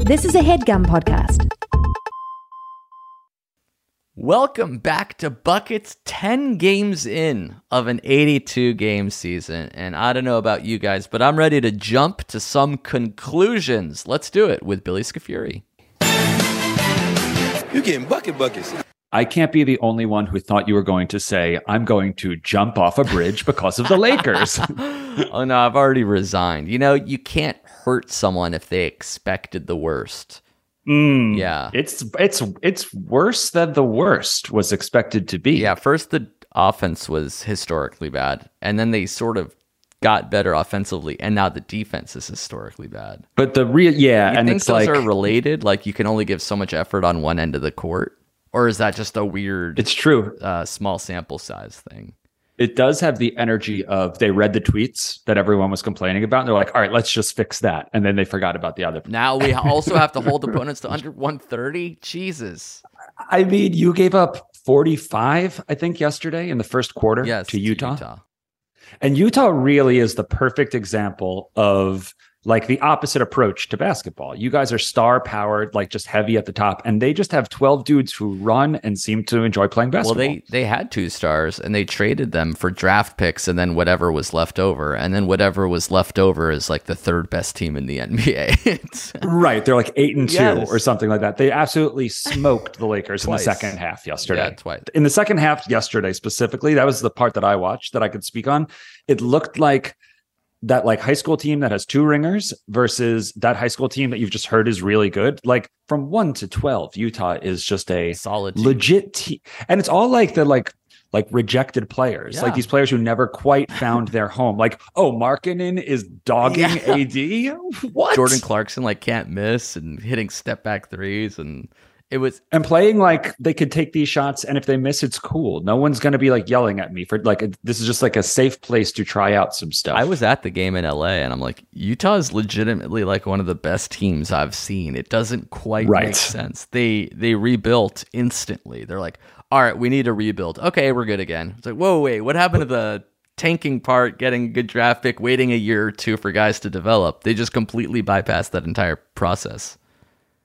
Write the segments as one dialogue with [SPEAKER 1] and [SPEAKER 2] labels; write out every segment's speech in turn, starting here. [SPEAKER 1] This is a headgum podcast.
[SPEAKER 2] Welcome back to Buckets 10 games in of an 82 game season. And I don't know about you guys, but I'm ready to jump to some conclusions. Let's do it with Billy Scafuri.
[SPEAKER 3] You getting bucket buckets.
[SPEAKER 4] I can't be the only one who thought you were going to say, I'm going to jump off a bridge because of the Lakers.
[SPEAKER 2] oh no, I've already resigned. You know, you can't hurt someone if they expected the worst.
[SPEAKER 4] Mm,
[SPEAKER 2] Yeah.
[SPEAKER 4] It's it's it's worse than the worst was expected to be.
[SPEAKER 2] Yeah, first the offense was historically bad, and then they sort of got better offensively, and now the defense is historically bad.
[SPEAKER 4] But the real yeah,
[SPEAKER 2] You
[SPEAKER 4] and
[SPEAKER 2] think
[SPEAKER 4] it's
[SPEAKER 2] those
[SPEAKER 4] like
[SPEAKER 2] are related? Like you can only give so much effort on one end of the court, or is that just a weird
[SPEAKER 4] it's true.
[SPEAKER 2] uh, small sample size thing?
[SPEAKER 4] It does have the energy of they read the tweets that everyone was complaining about, and they're like, all right, let's just fix that. And then they forgot about the other.
[SPEAKER 2] Now we also have to hold opponents to under 130. Jesus.
[SPEAKER 4] I mean, you gave up 45, I think, yesterday in the first quarter
[SPEAKER 2] Yes.
[SPEAKER 4] to Utah. And Utah really is the perfect example of like the opposite approach to basketball. You guys are star powered, like just heavy at the top, and they just have 12 dudes who run and seem to enjoy playing
[SPEAKER 2] Well,
[SPEAKER 4] basketball.
[SPEAKER 2] they they had two stars and they traded them for draft picks and then whatever was left over. And then whatever was left over is like the third best team in the NBA. It's-
[SPEAKER 4] right. They're like eight and two
[SPEAKER 2] Yes.
[SPEAKER 4] or something like that. They absolutely smoked the Lakers in the
[SPEAKER 2] Twice.
[SPEAKER 4] second half yesterday.
[SPEAKER 2] Yeah, twice.
[SPEAKER 4] in the second half yesterday specifically that was the part that i watched that i could speak on it looked like that like high school team that has two ringers versus that high school team that you've just heard is really good like from 1 to 12 utah is just a
[SPEAKER 2] Solid. team.
[SPEAKER 4] legit team and it's all like the like like rejected players
[SPEAKER 2] Yeah.
[SPEAKER 4] like these players who never quite found their home like oh markinen is dogging ad what
[SPEAKER 2] Jordan Clarkson like can't miss and hitting step back threes and it was
[SPEAKER 4] and playing like they could take these shots and if they miss it's cool no one's going to be like yelling at me for like this is just like a safe place to try out some stuff
[SPEAKER 2] I was at the game in LA and I'm like, Utah is legitimately like one of the best teams I've seen. It doesn't quite make
[SPEAKER 4] Right.
[SPEAKER 2] sense. They they rebuilt instantly. They're like, all right, we need to rebuild. Okay, we're good again. It's like, whoa, wait, what happened to the tanking part, getting a good draft pick, waiting a year or two for guys to develop? They just completely bypassed that entire process.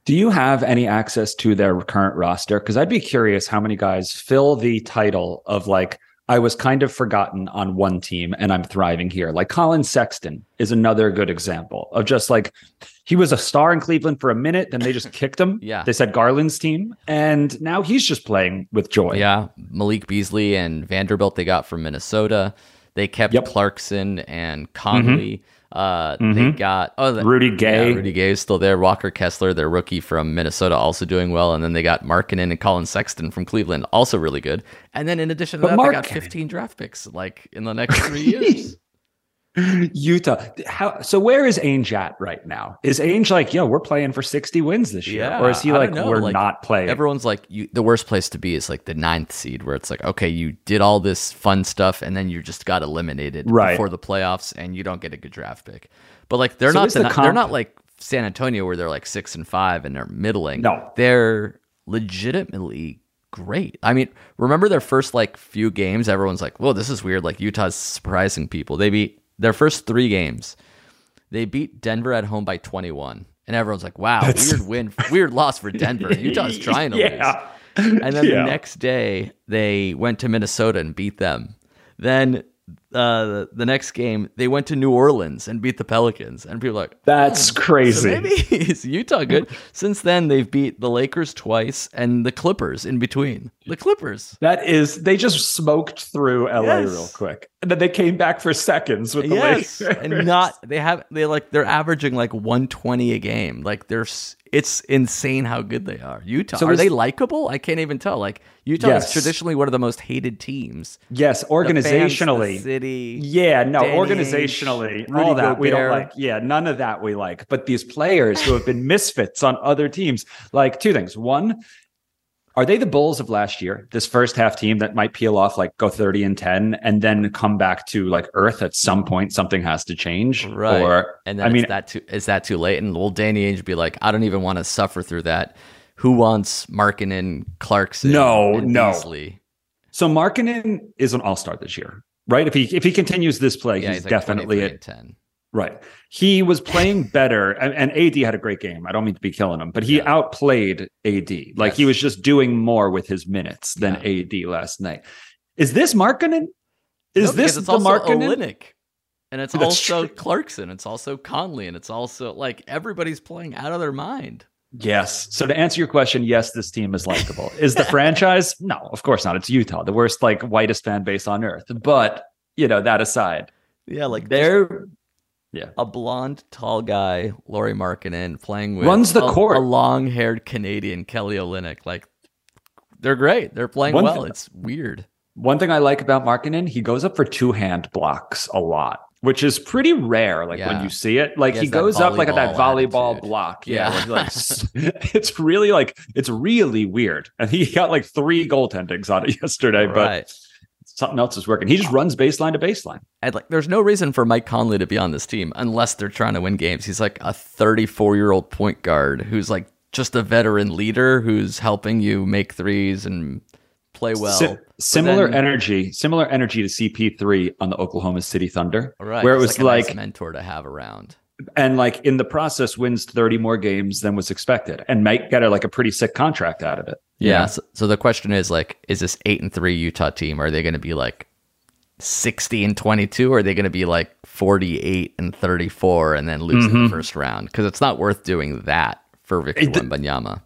[SPEAKER 4] do you have any access to their current roster because i'd be curious how many guys fill the title of like i was kind of forgotten on one team and i'm thriving here like colin sexton is another good example of just like he was a star in cleveland for a minute then they just kicked him
[SPEAKER 2] Yeah.
[SPEAKER 4] they said garland's team and now he's just playing with joy
[SPEAKER 2] Yeah, Malik Beasley and Vanderbilt they got from Minnesota. They kept
[SPEAKER 4] Yep.
[SPEAKER 2] Clarkson and Conley. Uh, They
[SPEAKER 4] Mhm.
[SPEAKER 2] got oh the,
[SPEAKER 4] Rudy Gay.
[SPEAKER 2] Yeah, Rudy Gay is still there. Walker Kessler, their rookie from Minnesota, also doing well. And then they got Markkinen and Colin Sexton from Cleveland, also really good. And then in addition to
[SPEAKER 4] But
[SPEAKER 2] that, they got
[SPEAKER 4] Markkinen-
[SPEAKER 2] 15 draft picks like in the next three years.
[SPEAKER 4] Utah. How so? Where is Ainge at right now? Is Ainge like, yo, we're playing for sixty wins this year,
[SPEAKER 2] Yeah,
[SPEAKER 4] or is he
[SPEAKER 2] I
[SPEAKER 4] like,
[SPEAKER 2] don't know,
[SPEAKER 4] we're
[SPEAKER 2] like,
[SPEAKER 4] not playing?
[SPEAKER 2] Everyone's like, you, the worst place to be is like the ninth seed, where it's like, okay, you did all this fun stuff, and then you just got eliminated
[SPEAKER 4] Right.
[SPEAKER 2] before the playoffs, and you don't get a good draft pick. But like, they're
[SPEAKER 4] So
[SPEAKER 2] not
[SPEAKER 4] is
[SPEAKER 2] the,
[SPEAKER 4] the
[SPEAKER 2] ni- they're
[SPEAKER 4] comp-
[SPEAKER 2] not like San Antonio, where they're like six and five and they're middling.
[SPEAKER 4] No.
[SPEAKER 2] they're legitimately great. I mean, remember their first like few games? Everyone's like, whoa, this is weird. Like Utah's surprising people. They beat their first three games. They beat Denver at home by 21. And everyone's like, wow, weird win, weird loss for Denver. Utah's trying to
[SPEAKER 4] yeah.
[SPEAKER 2] lose. And then
[SPEAKER 4] Yeah.
[SPEAKER 2] the next day, they went to Minnesota and beat them. Then uh, the next game, they went to New Orleans and beat the Pelicans. And people are like,
[SPEAKER 4] That's
[SPEAKER 2] Hmm, so
[SPEAKER 4] crazy.
[SPEAKER 2] maybe is Utah good? Since then, they've beat the Lakers twice and the Clippers in between. The Clippers.
[SPEAKER 4] that is, they just smoked through LA
[SPEAKER 2] Yes.
[SPEAKER 4] real quick, and then they came back for seconds with the
[SPEAKER 2] yes,
[SPEAKER 4] Lakers.
[SPEAKER 2] and not they have they like they're averaging like 120 a game. Like they're s- it's insane how good they are. Utah
[SPEAKER 4] So
[SPEAKER 2] are
[SPEAKER 4] is-
[SPEAKER 2] they likable? I can't even tell. Like Utah
[SPEAKER 4] Yes.
[SPEAKER 2] is traditionally one of the most hated teams.
[SPEAKER 4] yes,
[SPEAKER 2] The fans, the
[SPEAKER 4] organizationally.
[SPEAKER 2] city.
[SPEAKER 4] yeah, no,
[SPEAKER 2] Danny Ainge,
[SPEAKER 4] organizationally,
[SPEAKER 2] Rudy
[SPEAKER 4] all that we don't
[SPEAKER 2] Gobert.
[SPEAKER 4] like. Yeah, none of that we like. But these players who have been misfits on other teams, like two things. One, Are they the Bulls of last year? This first half team that might peel off like go 30 and 10 and then come back to like earth at some point something has to change
[SPEAKER 2] Right.
[SPEAKER 4] or
[SPEAKER 2] and then
[SPEAKER 4] I mean
[SPEAKER 2] is that too is that too late? And will Danny Ainge be like, I don't even want to suffer through that? Who wants Markkinen, Clarkson?
[SPEAKER 4] No,
[SPEAKER 2] and
[SPEAKER 4] no.
[SPEAKER 2] Beasley?
[SPEAKER 4] so Markkinen is an all-star this year. Right? If he if he continues this play,
[SPEAKER 2] Yeah,
[SPEAKER 4] he's,
[SPEAKER 2] he's, like
[SPEAKER 4] definitely
[SPEAKER 2] 23
[SPEAKER 4] it.
[SPEAKER 2] and ten.
[SPEAKER 4] Right. He was playing better, and, and AD had a great game. I don't mean to be killing him, but he
[SPEAKER 2] Yeah.
[SPEAKER 4] outplayed AD. Like he
[SPEAKER 2] Yes.
[SPEAKER 4] was just doing more with his minutes than
[SPEAKER 2] Yeah.
[SPEAKER 4] AD last night. Is this Markkinen? Is
[SPEAKER 2] No, because
[SPEAKER 4] this
[SPEAKER 2] it's
[SPEAKER 4] the
[SPEAKER 2] also
[SPEAKER 4] Markkinen?
[SPEAKER 2] Olynyk, and it's
[SPEAKER 4] That's
[SPEAKER 2] also
[SPEAKER 4] true.
[SPEAKER 2] Clarkson, it's also Conley, and it's also like everybody's playing out of their mind.
[SPEAKER 4] Yes. So to answer your question, yes, this team is likable. Is the franchise? No, of course not. It's Utah, the worst, like whitest fan base on earth. But you know that aside,
[SPEAKER 2] Yeah, like
[SPEAKER 4] they're yeah.
[SPEAKER 2] a blonde, tall guy, Laurie Markkinen, playing with
[SPEAKER 4] Runs the
[SPEAKER 2] a,
[SPEAKER 4] court.
[SPEAKER 2] a long-haired Canadian, Kelly Olynyk. Like they're great. They're playing
[SPEAKER 4] One
[SPEAKER 2] well.
[SPEAKER 4] thing-
[SPEAKER 2] it's weird.
[SPEAKER 4] One thing I like about Markkinen, he goes up for two hand blocks a lot, which is pretty rare. Like when
[SPEAKER 2] Yeah.
[SPEAKER 4] you see it, like
[SPEAKER 2] He
[SPEAKER 4] he,
[SPEAKER 2] has that
[SPEAKER 4] goes up like at that
[SPEAKER 2] volleyball
[SPEAKER 4] volleyball
[SPEAKER 2] attitude.
[SPEAKER 4] block. Yeah,
[SPEAKER 2] Yeah.
[SPEAKER 4] where he, like, s- it's really like it's really weird. And he got like three goaltendings on it yesterday, but
[SPEAKER 2] Right.
[SPEAKER 4] something else is working. He just runs baseline to baseline.
[SPEAKER 2] And like, there's no reason for Mike Conley to be on this team unless they're trying to win games. He's like a 34 year old point guard who's like just a veteran leader who's helping you make threes and play well.
[SPEAKER 4] Si- similar
[SPEAKER 2] then-
[SPEAKER 4] energy, similar energy to CP3 on the Oklahoma City Thunder,
[SPEAKER 2] All right,
[SPEAKER 4] where it
[SPEAKER 2] he's
[SPEAKER 4] was
[SPEAKER 2] a nice
[SPEAKER 4] like
[SPEAKER 2] mentor to have around.
[SPEAKER 4] and like in the process wins 30 more games than was expected and might get a, like a pretty sick contract out of it. you
[SPEAKER 2] Yeah.
[SPEAKER 4] know?
[SPEAKER 2] So, so the question is like, is this eight and three Utah team? Are they going to be like sixty and twenty two? Or are they going to be like forty eight and thirty four and then lose in the first round? Because it's not worth doing that for Victor
[SPEAKER 4] Mm-hmm. It-
[SPEAKER 2] Wembanyama.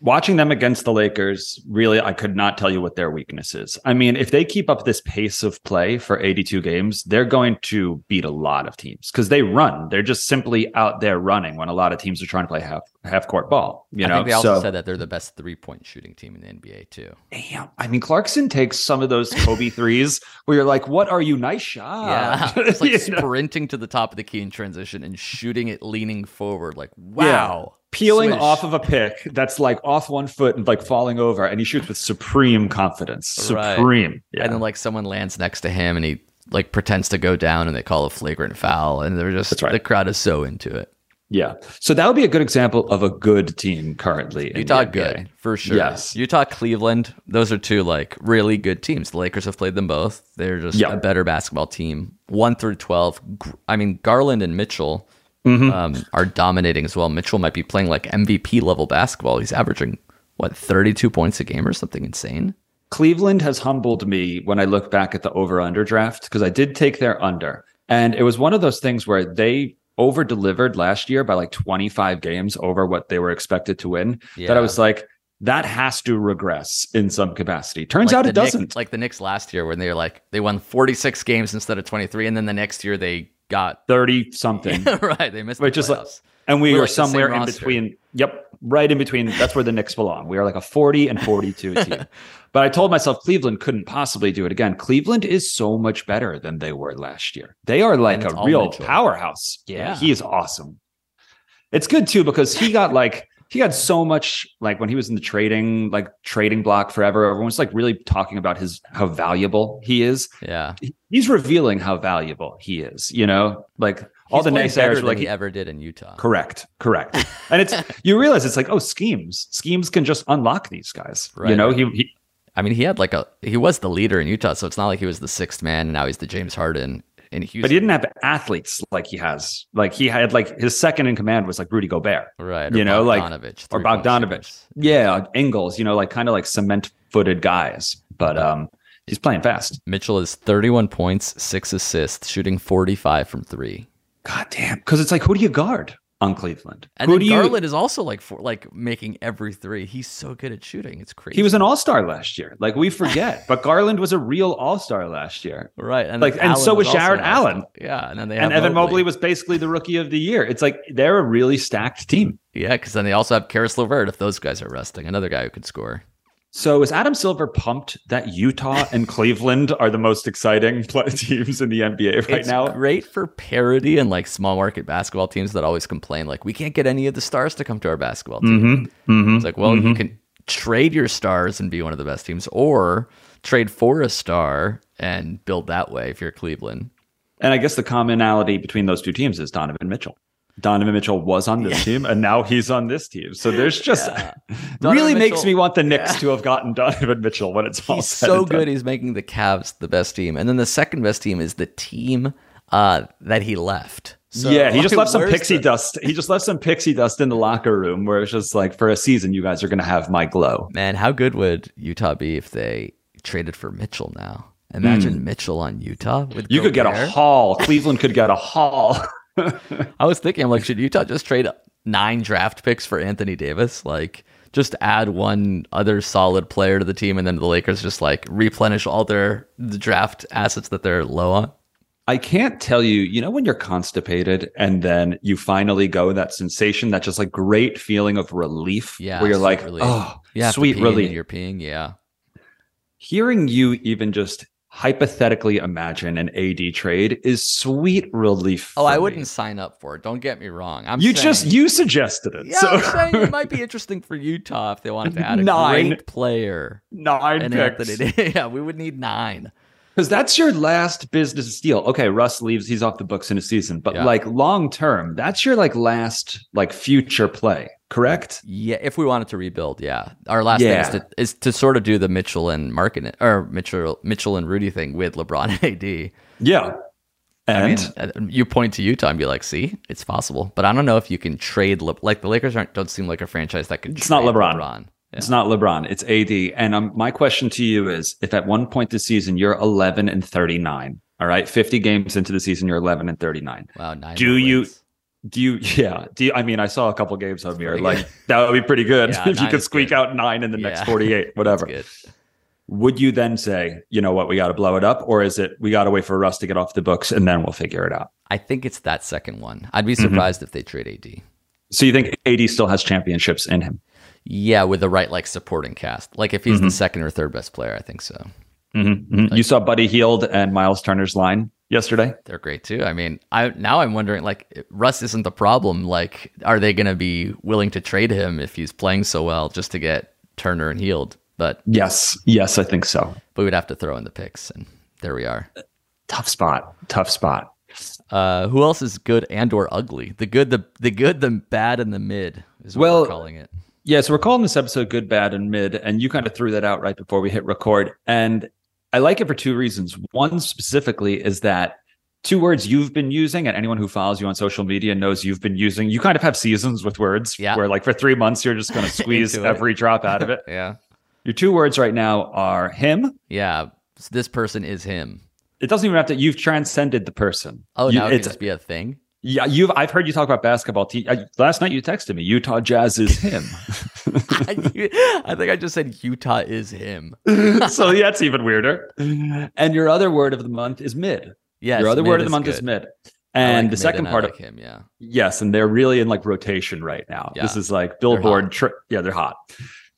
[SPEAKER 4] Watching them against the Lakers, really, I could not tell you what their weakness is. I mean, if they keep up this pace of play for 82 games, they're going to beat a lot of teams because they run. They're just simply out there running when a lot of teams are trying to play half half court ball. You
[SPEAKER 2] I
[SPEAKER 4] know,
[SPEAKER 2] think they also
[SPEAKER 4] So-
[SPEAKER 2] said that they're the best three point shooting team in the NBA too.
[SPEAKER 4] Damn. I mean, Clarkson takes some of those Kobe threes where you're like, what are you? Nice
[SPEAKER 2] Yeah,
[SPEAKER 4] shot.
[SPEAKER 2] it's like
[SPEAKER 4] You know?
[SPEAKER 2] sprinting to the top of the key in transition and shooting it leaning forward. Like
[SPEAKER 4] Yeah.
[SPEAKER 2] wow,
[SPEAKER 4] Peeling
[SPEAKER 2] Swish.
[SPEAKER 4] off of a pick that's like off one foot and like falling over, and he shoots with supreme confidence.
[SPEAKER 2] Right.
[SPEAKER 4] Supreme. Yeah.
[SPEAKER 2] and then like someone lands next to him and he like pretends to go down and they call a flagrant foul and they're just
[SPEAKER 4] That's right.
[SPEAKER 2] the crowd is so into it.
[SPEAKER 4] yeah. So that would be a good example of a good team currently. in the
[SPEAKER 2] Utah
[SPEAKER 4] NBA.
[SPEAKER 2] good for sure.
[SPEAKER 4] Yes.
[SPEAKER 2] Utah Cleveland, those are two like really good teams. The Lakers have played them both. They're just
[SPEAKER 4] Yeah.
[SPEAKER 2] a better basketball team. 1 through 12. Gr- I mean Garland and Mitchell
[SPEAKER 4] Mm-hmm.
[SPEAKER 2] um, are dominating as well. Mitchell might be playing like MVP level basketball. He's averaging what 32 points a game or something insane.
[SPEAKER 4] Cleveland has humbled me when I look back at the over under draft because I did take their under. And it was one of those things where they over delivered last year by like 25 games over what they were expected to win. That
[SPEAKER 2] Yeah.
[SPEAKER 4] I was like, that has to regress in some capacity. Turns
[SPEAKER 2] Like
[SPEAKER 4] out
[SPEAKER 2] the
[SPEAKER 4] it doesn't.
[SPEAKER 2] Knicks, like the Knicks last year when they were like they won 46 games instead of 23 and then the next year they got
[SPEAKER 4] 30 something.
[SPEAKER 2] right, they missed
[SPEAKER 4] Which
[SPEAKER 2] the
[SPEAKER 4] is like-
[SPEAKER 2] playoffs.
[SPEAKER 4] And we
[SPEAKER 2] We're
[SPEAKER 4] were
[SPEAKER 2] like the same
[SPEAKER 4] somewhere in
[SPEAKER 2] roster.
[SPEAKER 4] between. Yep, right in between. That's where the Knicks belong. We are like a 40 and 42 team. But I told myself Cleveland couldn't possibly do it again. Cleveland is so much better than they were last year. They are like
[SPEAKER 2] And it's
[SPEAKER 4] a
[SPEAKER 2] all
[SPEAKER 4] real
[SPEAKER 2] Mitchell.
[SPEAKER 4] powerhouse.
[SPEAKER 2] Yeah.
[SPEAKER 4] he is awesome. It's good too because he got like he got so much like when he was in the trading like trading block forever. Everyone was like really talking about his how valuable he is.
[SPEAKER 2] yeah.
[SPEAKER 4] He's revealing how valuable he is. You know, like all
[SPEAKER 2] He's
[SPEAKER 4] the
[SPEAKER 2] playing better
[SPEAKER 4] naysayers
[SPEAKER 2] than
[SPEAKER 4] were like
[SPEAKER 2] he ever did in Utah.
[SPEAKER 4] Correct. Correct. And it's you realize it's like, oh, schemes. Schemes can just unlock these guys. You
[SPEAKER 2] Right,
[SPEAKER 4] know,
[SPEAKER 2] right.
[SPEAKER 4] he, he
[SPEAKER 2] I mean, he had like a he was the leader in Utah, so it's not like he was the sixth man and now he's the James Harden in Houston.
[SPEAKER 4] but he didn't have athletes like he has. Like he had like his second in command was like Rudy Gobert.
[SPEAKER 2] right?
[SPEAKER 4] you know, like- or
[SPEAKER 2] three-point
[SPEAKER 4] Bogdanovich.
[SPEAKER 2] shooters.
[SPEAKER 4] Yeah, Ingles, you know, like kind of like cement footed guys. But um he's playing fast.
[SPEAKER 2] Mitchell is 31 points, six assists, shooting 45 from three.
[SPEAKER 4] God damn. Because it's like who do you guard on Cleveland?
[SPEAKER 2] And
[SPEAKER 4] who
[SPEAKER 2] then
[SPEAKER 4] do you
[SPEAKER 2] Garland is also like for, like making every three. He's so good at shooting. It's crazy.
[SPEAKER 4] he was an all-star last year. Like we forget. but Garland was a real all-star last year.
[SPEAKER 2] right, and
[SPEAKER 4] like,
[SPEAKER 2] then
[SPEAKER 4] and so was
[SPEAKER 2] also
[SPEAKER 4] Jared
[SPEAKER 2] an
[SPEAKER 4] Allen.
[SPEAKER 2] all-star. Yeah, and then they
[SPEAKER 4] And
[SPEAKER 2] have
[SPEAKER 4] Evan Mobley was basically the rookie of the year. It's like they're a really stacked team.
[SPEAKER 2] yeah, because then they also have Karis LeVert if those guys are resting, another guy who could score.
[SPEAKER 4] So is Adam Silver pumped that Utah and Cleveland are the most exciting pl- teams in the NBA right
[SPEAKER 2] it's
[SPEAKER 4] now?
[SPEAKER 2] great for parody and like small market basketball teams that always complain like we can't get any of the stars to come to our basketball team.
[SPEAKER 4] Mm-hmm.
[SPEAKER 2] It's like, well, you can trade your stars and be one of the best teams, or trade for a star and build that way if you're Cleveland.
[SPEAKER 4] And I guess the commonality between those two teams is Donovan Mitchell. Donovan Mitchell was on this team, and now he's on this team. So there's just really
[SPEAKER 2] Donovan
[SPEAKER 4] makes
[SPEAKER 2] Mitchell-
[SPEAKER 4] me want the Knicks to have gotten Donovan Mitchell when it's all
[SPEAKER 2] He's
[SPEAKER 4] said
[SPEAKER 2] so
[SPEAKER 4] and done.
[SPEAKER 2] good. He's making the Cavs the best team, and then the second best team is the team uh, that he left. So,
[SPEAKER 4] yeah, he just
[SPEAKER 2] like,
[SPEAKER 4] left some
[SPEAKER 2] where's
[SPEAKER 4] pixie
[SPEAKER 2] the-
[SPEAKER 4] dust. He just left some pixie dust in the locker room where it's just like for a season you guys are gonna have my glow.
[SPEAKER 2] Man, how good would Utah be if they traded for Mitchell now? Imagine Mitchell on Utah. With
[SPEAKER 4] Hmm. You could get a
[SPEAKER 2] Gobert.
[SPEAKER 4] haul. Cleveland could get a haul.
[SPEAKER 2] I was thinking, I'm like, should Utah just trade nine draft picks for Anthony Davis? Like, just add one other solid player to the team, and then the Lakers just like replenish all their the draft assets that they're low on.
[SPEAKER 4] I can't tell you, you know, when you're constipated and then you finally go, that sensation, that just like great feeling of relief.
[SPEAKER 2] Yeah,
[SPEAKER 4] Where you're
[SPEAKER 2] sweet
[SPEAKER 4] like,
[SPEAKER 2] relief.
[SPEAKER 4] oh,
[SPEAKER 2] You have to
[SPEAKER 4] sweet
[SPEAKER 2] pee and
[SPEAKER 4] relief.
[SPEAKER 2] You're peeing, yeah.
[SPEAKER 4] Hearing you even just hypothetically imagine an AD trade is sweet relief.
[SPEAKER 2] Oh,
[SPEAKER 4] for
[SPEAKER 2] I
[SPEAKER 4] me.
[SPEAKER 2] wouldn't sign up for it. Don't get me wrong. I'm
[SPEAKER 4] you
[SPEAKER 2] saying-
[SPEAKER 4] just, you suggested it.
[SPEAKER 2] yeah.
[SPEAKER 4] so
[SPEAKER 2] I'm saying it might be interesting for Utah if they wanted to add a
[SPEAKER 4] Nine.
[SPEAKER 2] great player.
[SPEAKER 4] nine
[SPEAKER 2] And
[SPEAKER 4] picks.
[SPEAKER 2] Anthony, yeah, we would need nine.
[SPEAKER 4] Because that's your last business deal. Okay, Russ leaves, he's off the books in a season. But
[SPEAKER 2] Yeah.
[SPEAKER 4] like long term, that's your like last like future play, correct?
[SPEAKER 2] Yeah, if we wanted to rebuild, yeah. Our last
[SPEAKER 4] Yeah.
[SPEAKER 2] thing is to, is to sort of do the Mitchell and Markin or Mitchell Mitchell and Rudy thing with LeBron and AD.
[SPEAKER 4] Yeah.
[SPEAKER 2] I
[SPEAKER 4] And
[SPEAKER 2] mean, uh, you point to Utah and be like, "See, it's possible." But I don't know if you can trade Le- like the Lakers aren't don't seem like a franchise that can.
[SPEAKER 4] It's not
[SPEAKER 2] trade
[SPEAKER 4] LeBron.
[SPEAKER 2] Yeah.
[SPEAKER 4] it's not LeBron, it's AD. And um, my question to you is if at one point this season you're 11 and 39, all right, 50 games into the season, you're 11 and 39.
[SPEAKER 2] Wow, nine.
[SPEAKER 4] Do
[SPEAKER 2] more
[SPEAKER 4] you-
[SPEAKER 2] wins.
[SPEAKER 4] Do you, yeah. Do you, I mean, I saw a couple games of you.
[SPEAKER 2] pretty
[SPEAKER 4] Like,
[SPEAKER 2] good.
[SPEAKER 4] that would be pretty good
[SPEAKER 2] Yeah,
[SPEAKER 4] if you
[SPEAKER 2] nine
[SPEAKER 4] could
[SPEAKER 2] is
[SPEAKER 4] squeak
[SPEAKER 2] good.
[SPEAKER 4] out nine in the
[SPEAKER 2] Yeah.
[SPEAKER 4] next 48, whatever.
[SPEAKER 2] Good.
[SPEAKER 4] would you then say, you know what, we got to blow it up? Or is it we got to wait for Russ to get off the books and then we'll figure it out?
[SPEAKER 2] I think it's that second one. I'd be
[SPEAKER 4] Mm-hmm.
[SPEAKER 2] surprised if they trade AD.
[SPEAKER 4] So you think AD still has championships in him?
[SPEAKER 2] Yeah, with the right like supporting cast. Like if he's
[SPEAKER 4] Mm-hmm.
[SPEAKER 2] the second or third best player, I think so.
[SPEAKER 4] you saw Buddy Heald and Miles Turner's line yesterday?
[SPEAKER 2] They're great too. I mean, I now I'm wondering like Russ isn't the problem. Like, are they going to be willing to trade him if he's playing so well just to get Turner and Healed? But
[SPEAKER 4] Yes. Yes, I think so.
[SPEAKER 2] but we'd have to throw in the picks, and there we are.
[SPEAKER 4] Tough spot. Tough spot.
[SPEAKER 2] Uh, who else is good and or ugly? The good, the the good, the bad, and the mid is what
[SPEAKER 4] Well-
[SPEAKER 2] we're calling it.
[SPEAKER 4] Yeah, so we're calling this episode Good, Bad, and Mid, and you kind of threw that out right before we hit record. And I like it for two reasons. One specifically is that two words you've been using, and anyone who follows you on social media knows you've been using, you kind of have seasons with words
[SPEAKER 2] Yeah.
[SPEAKER 4] where, like, for three months, you're just going to squeeze
[SPEAKER 2] Into it.
[SPEAKER 4] every drop out of it.
[SPEAKER 2] Yeah,
[SPEAKER 4] Your two words right now are him.
[SPEAKER 2] yeah. So this person is him.
[SPEAKER 4] It doesn't even have to, you've transcended the person.
[SPEAKER 2] Oh,
[SPEAKER 4] You-
[SPEAKER 2] now it can
[SPEAKER 4] it's,
[SPEAKER 2] just be a thing.
[SPEAKER 4] yeah, you've, I've heard you talk about basketball. Te- uh, last night you texted me, Utah Jazz is him.
[SPEAKER 2] I think I just said Utah is him.
[SPEAKER 4] so that's even weirder. And your other word of the month is mid.
[SPEAKER 2] Yes,
[SPEAKER 4] your other
[SPEAKER 2] mid
[SPEAKER 4] word of the month is
[SPEAKER 2] good.
[SPEAKER 4] mid.
[SPEAKER 2] I like
[SPEAKER 4] And the
[SPEAKER 2] mid
[SPEAKER 4] second
[SPEAKER 2] I
[SPEAKER 4] part
[SPEAKER 2] like
[SPEAKER 4] of
[SPEAKER 2] him, yeah.
[SPEAKER 4] yes, and they're really in like rotation right now. This
[SPEAKER 2] Yeah.
[SPEAKER 4] is like billboard. Tri- yeah, they're hot.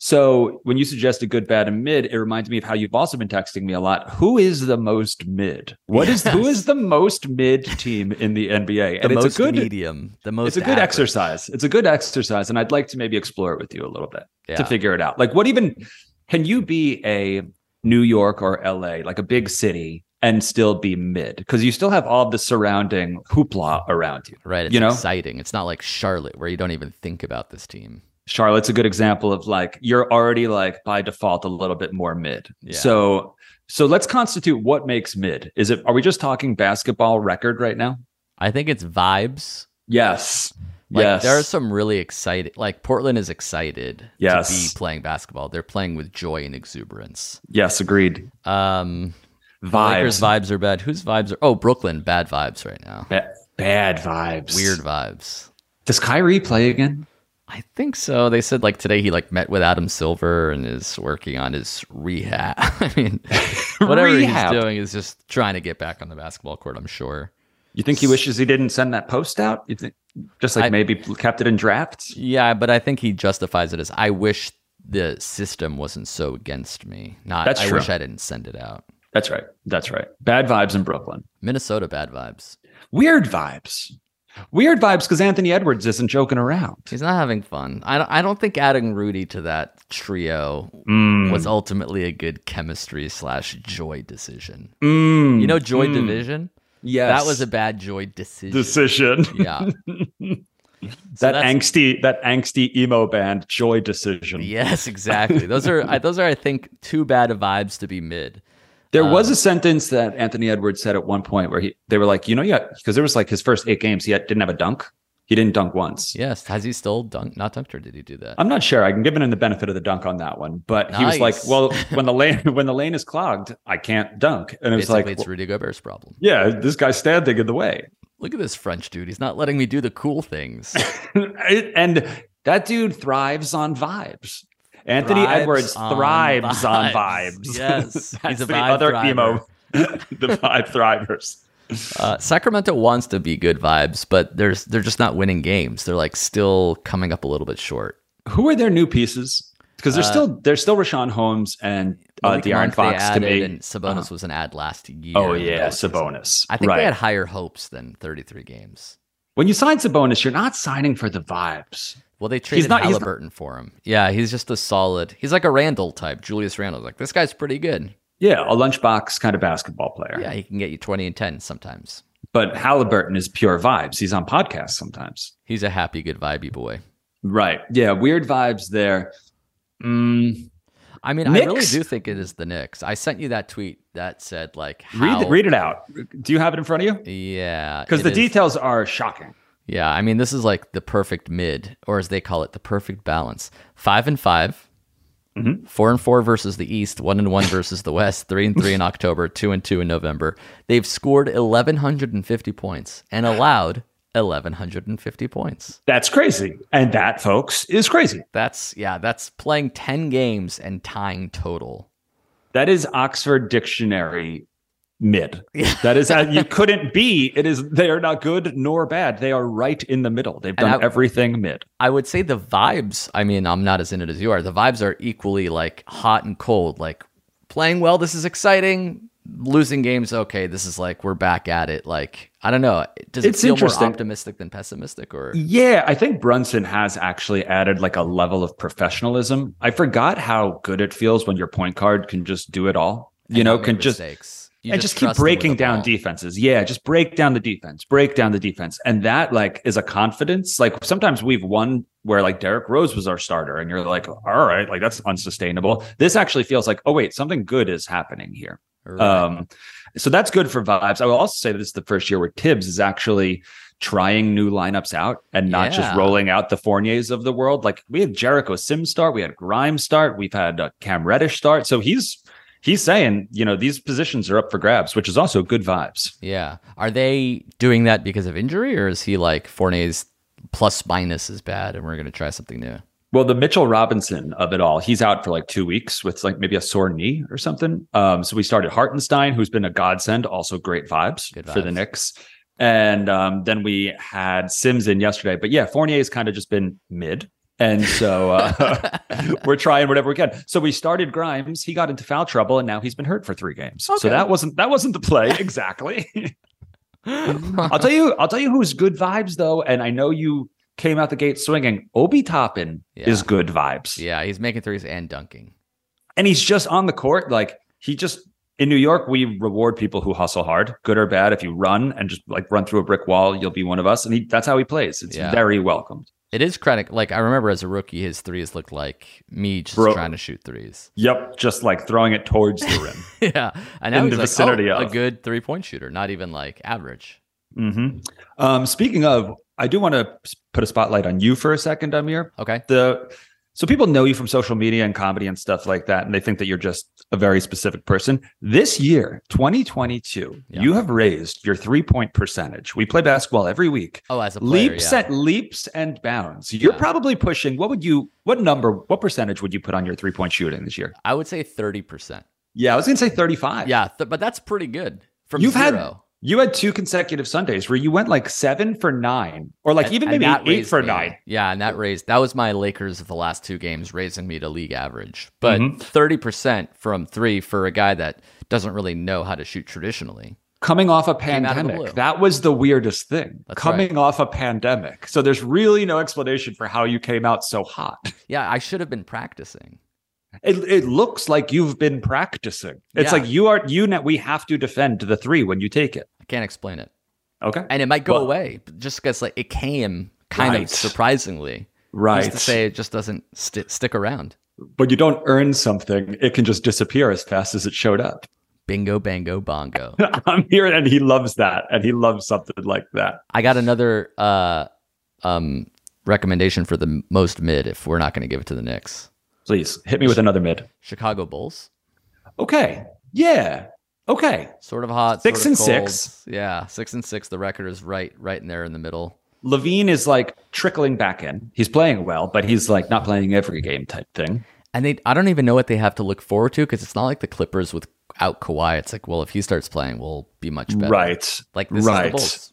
[SPEAKER 4] So when you suggest a good, bad, and mid, it reminds me of how you've also been texting me a lot. Who is the most mid? What is who is the most mid team in the NBA?
[SPEAKER 2] The
[SPEAKER 4] And
[SPEAKER 2] most
[SPEAKER 4] it's a good
[SPEAKER 2] medium, the most.
[SPEAKER 4] it's a good
[SPEAKER 2] average.
[SPEAKER 4] exercise. It's a good exercise, and I'd like to maybe explore it with you a little bit to
[SPEAKER 2] Yeah.
[SPEAKER 4] figure it out. Like, what even can you be a New York or LA, like a big city, and still be mid? Because you still have all the surrounding hoopla around you.
[SPEAKER 2] Right, it's
[SPEAKER 4] you know?
[SPEAKER 2] exciting. It's not like Charlotte where you don't even think about this team.
[SPEAKER 4] Charlotte's a good example of like you're already like by default a little bit more mid.
[SPEAKER 2] Yeah.
[SPEAKER 4] So, so let's constitute what makes mid. Is it? Are we just talking basketball record right now?
[SPEAKER 2] I think it's vibes.
[SPEAKER 4] Yes.
[SPEAKER 2] Like,
[SPEAKER 4] yes.
[SPEAKER 2] There are some really excited. Like Portland is excited to
[SPEAKER 4] Yes.
[SPEAKER 2] be playing basketball. They're playing with joy and exuberance.
[SPEAKER 4] yes. Agreed.
[SPEAKER 2] Um, the Lakers
[SPEAKER 4] Vibes.
[SPEAKER 2] vibes are bad. Whose vibes are? Oh, Brooklyn bad vibes right now.
[SPEAKER 4] Ba- bad vibes.
[SPEAKER 2] Weird vibes.
[SPEAKER 4] Does Kyrie play again?
[SPEAKER 2] I think so. They said like today he like met with Adam Silver and is working on his rehab. I mean, whatever
[SPEAKER 4] Rehab.
[SPEAKER 2] he's doing is just trying to get back on the basketball court. I'm sure.
[SPEAKER 4] You think he wishes he didn't send that post out? You think just like
[SPEAKER 2] I-
[SPEAKER 4] maybe kept it in drafts?
[SPEAKER 2] Yeah, but I think he justifies it as I wish the system wasn't so against me. Not
[SPEAKER 4] That's
[SPEAKER 2] I
[SPEAKER 4] true.
[SPEAKER 2] wish I didn't send it out.
[SPEAKER 4] That's right. That's right. Bad vibes in Brooklyn.
[SPEAKER 2] Minnesota bad vibes.
[SPEAKER 4] Weird vibes. Weird vibes because Anthony Edwards isn't joking around.
[SPEAKER 2] He's not having fun. I don't, I don't think adding Rudy to that trio
[SPEAKER 4] Mm.
[SPEAKER 2] was ultimately a good chemistry slash joy decision. You know, joy division.
[SPEAKER 4] Mm. Yes.
[SPEAKER 2] That was a bad joy decision.
[SPEAKER 4] decision.
[SPEAKER 2] Yeah.
[SPEAKER 4] that
[SPEAKER 2] that's-
[SPEAKER 4] angsty, that angsty emo band, Joy Decision.
[SPEAKER 2] Yes, exactly. Those are I- those are I think too bad of vibes to be mid.
[SPEAKER 4] There was
[SPEAKER 2] Um,
[SPEAKER 4] a sentence that Anthony Edwards said at one point where he they were like, you know, yeah, because there was like his first eight games, he had, didn't have a dunk. He didn't dunk once.
[SPEAKER 2] Yes. Has he still dunked? Not dunked, or did he do that?
[SPEAKER 4] I'm not sure. I can give him the benefit of the dunk on that one, but he was like,
[SPEAKER 2] Nice.
[SPEAKER 4] well, when the lane when the lane is clogged, I can't dunk, and it was
[SPEAKER 2] Basically,
[SPEAKER 4] like,
[SPEAKER 2] it's Rudy Gobert's problem.
[SPEAKER 4] yeah, this guy's standing in the way,
[SPEAKER 2] Look at this French dude. He's not letting me do the cool things.
[SPEAKER 4] and that dude thrives on vibes. Anthony
[SPEAKER 2] Thrives
[SPEAKER 4] Edwards
[SPEAKER 2] on
[SPEAKER 4] thrives on
[SPEAKER 2] vibes.
[SPEAKER 4] vibes.
[SPEAKER 2] Yes. He's
[SPEAKER 4] That's
[SPEAKER 2] a
[SPEAKER 4] the
[SPEAKER 2] vibe
[SPEAKER 4] other
[SPEAKER 2] thriver.
[SPEAKER 4] emo, the vibe thrivers.
[SPEAKER 2] Uh, Sacramento wants to be good vibes, but there's they're just not winning games. They're like still coming up a little bit short.
[SPEAKER 4] Who are their new pieces? Because they're
[SPEAKER 2] Uh,
[SPEAKER 4] still there's still Rashawn Holmes and uh,
[SPEAKER 2] Malik
[SPEAKER 4] De'Aaron
[SPEAKER 2] Monk they
[SPEAKER 4] Fox to
[SPEAKER 2] added,
[SPEAKER 4] me. Uh-huh.
[SPEAKER 2] and Sabonis was an ad last year.
[SPEAKER 4] oh
[SPEAKER 2] in the
[SPEAKER 4] yeah,
[SPEAKER 2] middle season.
[SPEAKER 4] Sabonis.
[SPEAKER 2] I think
[SPEAKER 4] right.
[SPEAKER 2] they had higher hopes than 33 games.
[SPEAKER 4] when you sign Sabonis, you're not signing for the vibes.
[SPEAKER 2] Well, they traded
[SPEAKER 4] not- he's not-
[SPEAKER 2] Halliburton for him. Yeah, he's just a solid. He's like a Randall type, Julius Randall. Like this guy's pretty good.
[SPEAKER 4] Yeah, a lunchbox kind of basketball player.
[SPEAKER 2] Yeah, he can get you 20 and 10 sometimes.
[SPEAKER 4] But Halliburton is pure vibes. He's on podcasts sometimes.
[SPEAKER 2] He's a happy, good vibey boy.
[SPEAKER 4] Right. Yeah, weird vibes there. Mm,
[SPEAKER 2] I mean, I really
[SPEAKER 4] Knicks?
[SPEAKER 2] do think it is the Knicks. I sent you that tweet that said like how.
[SPEAKER 4] read read it out. Do you have it in front of you?
[SPEAKER 2] Yeah,
[SPEAKER 4] Because
[SPEAKER 2] it
[SPEAKER 4] the
[SPEAKER 2] is-
[SPEAKER 4] details are shocking.
[SPEAKER 2] Yeah, I mean, this is like the perfect mid, or as they call it, the perfect balance. Five and 5
[SPEAKER 4] Mm-hmm.
[SPEAKER 2] four and four versus the East, one and one versus the West, three and three in October, two and two in November. They've scored eleven hundred and fifty points and allowed eleven hundred and fifty points.
[SPEAKER 4] That's crazy. And that, folks, is crazy.
[SPEAKER 2] That's yeah, that's playing ten games and tying total.
[SPEAKER 4] That is Oxford Dictionary mid. That is that you couldn't be. It is they are not good nor bad. They are right in the middle. They've done
[SPEAKER 2] I-
[SPEAKER 4] everything mid.
[SPEAKER 2] I would say the vibes. I mean, I'm not as in it as you are. The vibes are equally like hot and cold. Like playing well, this is exciting. Losing games, okay, this is like we're back at it. Like I don't know. Does it
[SPEAKER 4] It's
[SPEAKER 2] feel more
[SPEAKER 4] interesting.
[SPEAKER 2] optimistic than pessimistic? Or
[SPEAKER 4] Yeah, I think Brunson has actually added like a level of professionalism. I forgot how good it feels when your point guard can just do it all. You know,
[SPEAKER 2] Make
[SPEAKER 4] can just
[SPEAKER 2] mistakes. You
[SPEAKER 4] and just, keep
[SPEAKER 2] trust them with
[SPEAKER 4] breaking
[SPEAKER 2] the
[SPEAKER 4] down
[SPEAKER 2] ball.
[SPEAKER 4] defenses. Yeah, just break down the defense, break down the defense. And that like is a confidence. Like sometimes we've won where like Derek Rose was our starter, and you're like, all right, like that's unsustainable. This actually feels like, oh wait, something good is happening here.
[SPEAKER 2] Right.
[SPEAKER 4] Um, so that's good for vibes. I will also say that this is the first year where Tibbs is actually trying new lineups out and not just
[SPEAKER 2] Yeah.
[SPEAKER 4] rolling out the Fourniers of the world. Like we had Jericho Sims start, we had Grimes start, we've had uh, Cam Reddish start. So he's he's saying, you know, these positions are up for grabs, which is also good vibes.
[SPEAKER 2] yeah. Are they doing that because of injury, or is he like Fournier's plus minus is bad, and we're gonna try something new?
[SPEAKER 4] Well, the Mitchell Robinson of it all, he's out for like two weeks with like maybe a sore knee or something. Um, so we started Hartenstein, who's been a godsend, also great vibes,
[SPEAKER 2] Good
[SPEAKER 4] for the
[SPEAKER 2] vibes.
[SPEAKER 4] Knicks. And um, then we had Sims in yesterday. But yeah, Fournier's kind of just been mid. And so uh, we're trying whatever we can. So we started Grimes. He got into foul trouble, and now he's been hurt for three games. So
[SPEAKER 2] Okay.
[SPEAKER 4] that wasn't that wasn't the play exactly. I'll tell you, I'll tell you who's good vibes though, and I know you came out the gate swinging. Obi Toppin
[SPEAKER 2] Yeah.
[SPEAKER 4] is good vibes,
[SPEAKER 2] yeah, he's making threes and dunking.
[SPEAKER 4] and he's just on the court like he just. In New York, we reward people who hustle hard, good or bad. If you run and just like run through a brick wall, you'll be one of us, and he, that's how he plays. It's
[SPEAKER 2] Yeah.
[SPEAKER 4] very welcomed.
[SPEAKER 2] It is chronic. Like I remember as a rookie, his threes looked like me just
[SPEAKER 4] Bro.
[SPEAKER 2] trying to shoot threes.
[SPEAKER 4] Yep, just like throwing it towards the rim.
[SPEAKER 2] yeah, and now
[SPEAKER 4] In
[SPEAKER 2] he's
[SPEAKER 4] the
[SPEAKER 2] like,
[SPEAKER 4] vicinity
[SPEAKER 2] oh, a
[SPEAKER 4] of.
[SPEAKER 2] good three point shooter, not even like average.
[SPEAKER 4] hmm um, speaking of, I do want to put a spotlight on you for a second, Amir.
[SPEAKER 2] Okay,
[SPEAKER 4] the so people know you from social media and comedy and stuff like that and they think that you're just a very specific person this year 2022
[SPEAKER 2] Yeah.
[SPEAKER 4] you have raised your three point percentage we play basketball every week
[SPEAKER 2] oh, as a player,
[SPEAKER 4] leaps
[SPEAKER 2] yeah.
[SPEAKER 4] and leaps and bounds you're
[SPEAKER 2] Yeah.
[SPEAKER 4] probably pushing what would you what number what percentage would you put on your three point shooting this year
[SPEAKER 2] I would say thirty percent.
[SPEAKER 4] yeah i was gonna say 35
[SPEAKER 2] Yeah, th- but that's pretty good from
[SPEAKER 4] You've had-
[SPEAKER 2] zero.
[SPEAKER 4] you had two consecutive sundays where you went like seven for nine or like
[SPEAKER 2] And-
[SPEAKER 4] even
[SPEAKER 2] and
[SPEAKER 4] maybe
[SPEAKER 2] that
[SPEAKER 4] eight
[SPEAKER 2] raised
[SPEAKER 4] for
[SPEAKER 2] me.
[SPEAKER 4] nine
[SPEAKER 2] Yeah, and that raised that was my Lakers of the last two games raising me to league average. But
[SPEAKER 4] Mm-hmm.
[SPEAKER 2] 30 percent from three for a guy that doesn't really know how to shoot traditionally.
[SPEAKER 4] coming off a
[SPEAKER 2] out of the blue.
[SPEAKER 4] pandemic that was the weirdest thing
[SPEAKER 2] That's
[SPEAKER 4] coming off a pandemic so there's really no explanation for how you came out so hot
[SPEAKER 2] Yeah, I should have been practicing.
[SPEAKER 4] it, it looks like you've been practicing it's
[SPEAKER 2] Yeah.
[SPEAKER 4] like you are you net we have to defend the three when you take it
[SPEAKER 2] I can't explain it.
[SPEAKER 4] okay
[SPEAKER 2] and it might go
[SPEAKER 4] Well-
[SPEAKER 2] away but just because like it came kind of
[SPEAKER 4] Right.
[SPEAKER 2] surprisingly. Who's
[SPEAKER 4] right
[SPEAKER 2] to say it just doesn't sti stick around.
[SPEAKER 4] when you don't earn something it can just disappear as fast as it showed up
[SPEAKER 2] Bingo, bango, bongo.
[SPEAKER 4] I'm here, and he loves that, and he loves something like that.
[SPEAKER 2] I got another uh, um, recommendation for the most mid. If we're not going to give it to the Knicks,
[SPEAKER 4] Please hit me with another mid.
[SPEAKER 2] Chicago Bulls,
[SPEAKER 4] Okay, yeah, okay.
[SPEAKER 2] sort of hot,
[SPEAKER 4] Six
[SPEAKER 2] sort of
[SPEAKER 4] and
[SPEAKER 2] cold.
[SPEAKER 4] six.
[SPEAKER 2] Yeah, six and six. The record is right, right in there in the middle.
[SPEAKER 4] Levine is like trickling back in. He's playing well, but he's like not playing every game type thing.
[SPEAKER 2] And they, I don't even know what they have to look forward to because it's not like the Clippers without Kawhi. It's like, well, if he starts playing, we'll be much better.
[SPEAKER 4] Right.
[SPEAKER 2] Like this is the
[SPEAKER 4] Right.
[SPEAKER 2] Bulls.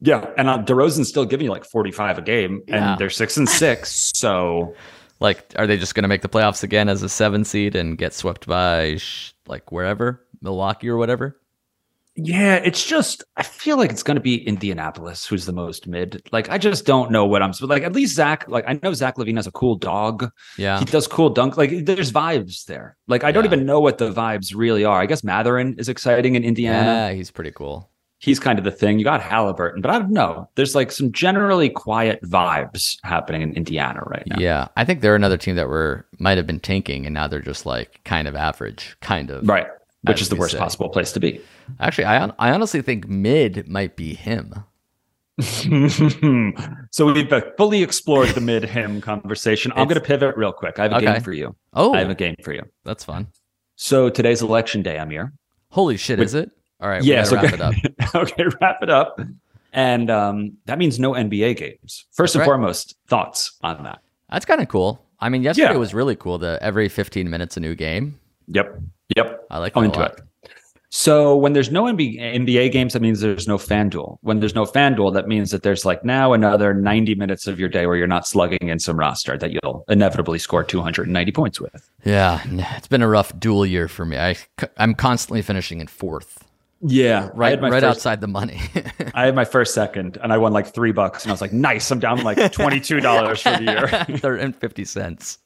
[SPEAKER 4] Yeah, and uh, DeRozan's still giving you like 45 a game,
[SPEAKER 2] Yeah.
[SPEAKER 4] and they're six and six. So
[SPEAKER 2] Like, are they just going to make the playoffs again as a seven seed and get swept by sh- like wherever Milwaukee or whatever?
[SPEAKER 4] yeah, it's just I feel like it's going to be Indianapolis who's the most mid. Like I just don't know what I'm like. At least Zach, like I know Zach Levine has a cool dog.
[SPEAKER 2] Yeah,
[SPEAKER 4] He does cool dunk. Like there's vibes there. Like I don't
[SPEAKER 2] Yeah.
[SPEAKER 4] even know what the vibes really are. I guess Matherin is exciting in Indiana.
[SPEAKER 2] yeah, he's pretty cool.
[SPEAKER 4] he's kind of the thing. You got Halliburton, but I don't know. There's like some generally quiet vibes happening in Indiana right now.
[SPEAKER 2] Yeah. I think they're another team that were might have been tanking, and now they're just like kind of average, kind of
[SPEAKER 4] Right. Which
[SPEAKER 2] As
[SPEAKER 4] is the
[SPEAKER 2] we
[SPEAKER 4] worst
[SPEAKER 2] say.
[SPEAKER 4] possible place to be.
[SPEAKER 2] Actually, I hon- I honestly think mid might be him.
[SPEAKER 4] so we've uh, fully explored the mid him conversation. I'm
[SPEAKER 2] It's-
[SPEAKER 4] going to pivot real quick. I have a
[SPEAKER 2] Okay.
[SPEAKER 4] game for you.
[SPEAKER 2] Oh,
[SPEAKER 4] I have a game for you.
[SPEAKER 2] that's fun.
[SPEAKER 4] So today's election day, Amir.
[SPEAKER 2] Holy shit,
[SPEAKER 4] Wait.
[SPEAKER 2] is it? All right,
[SPEAKER 4] Yes,
[SPEAKER 2] we gotta
[SPEAKER 4] okay.
[SPEAKER 2] wrap it up.
[SPEAKER 4] okay, wrap it up. And um, that means no NBA games.
[SPEAKER 2] That's
[SPEAKER 4] First and
[SPEAKER 2] right.
[SPEAKER 4] foremost, thoughts on that.
[SPEAKER 2] That's kind of cool. I mean, yesterday
[SPEAKER 4] Yeah.
[SPEAKER 2] was really cool. The every 15 minutes a new game.
[SPEAKER 4] Yep. Yep.
[SPEAKER 2] I like that
[SPEAKER 4] I'm
[SPEAKER 2] a
[SPEAKER 4] into
[SPEAKER 2] lot.
[SPEAKER 4] it. So when there's no NBA, NBA games, that means there's no FanDuel. When there's no FanDuel, that means that there's like now another 90 minutes of your day where you're not slugging in some roster that you'll inevitably score 290 points with.
[SPEAKER 2] Yeah, n- it's been a rough dual year for me. I am constantly finishing in fourth,
[SPEAKER 4] Yeah, I
[SPEAKER 2] right
[SPEAKER 4] had my
[SPEAKER 2] right
[SPEAKER 4] first,
[SPEAKER 2] outside the money.
[SPEAKER 4] I had my first second, and I won like three bucks, and I was like, "Nice, I'm down like twenty-two dollars for the year."
[SPEAKER 2] They're in 50 cents.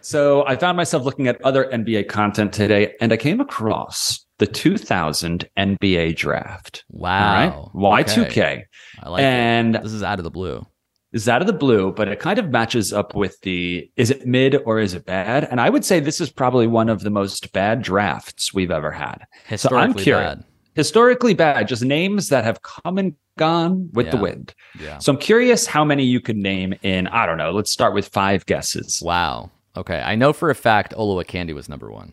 [SPEAKER 4] So I found myself looking at other NBA content today, and I came across the 2000 NBA draft. Uh,
[SPEAKER 2] Wow.
[SPEAKER 4] All right,
[SPEAKER 2] Okay.
[SPEAKER 4] Y2K,
[SPEAKER 2] I like it.
[SPEAKER 4] and
[SPEAKER 2] This is out of the blue.
[SPEAKER 4] is out of the blue, but it kind of matches up with the is it mid or is it bad? And I would say this is probably one of the most bad drafts we've ever had.
[SPEAKER 2] Historically
[SPEAKER 4] curious.
[SPEAKER 2] bad.
[SPEAKER 4] Historically bad, just names that have come and gone with the
[SPEAKER 2] Yeah.
[SPEAKER 4] wind.
[SPEAKER 2] Yeah.
[SPEAKER 4] So I'm curious how many you could name in, I don't know, let's start with five guesses.
[SPEAKER 2] Wow. Okay. I know for a fact Oloa Candy was number one.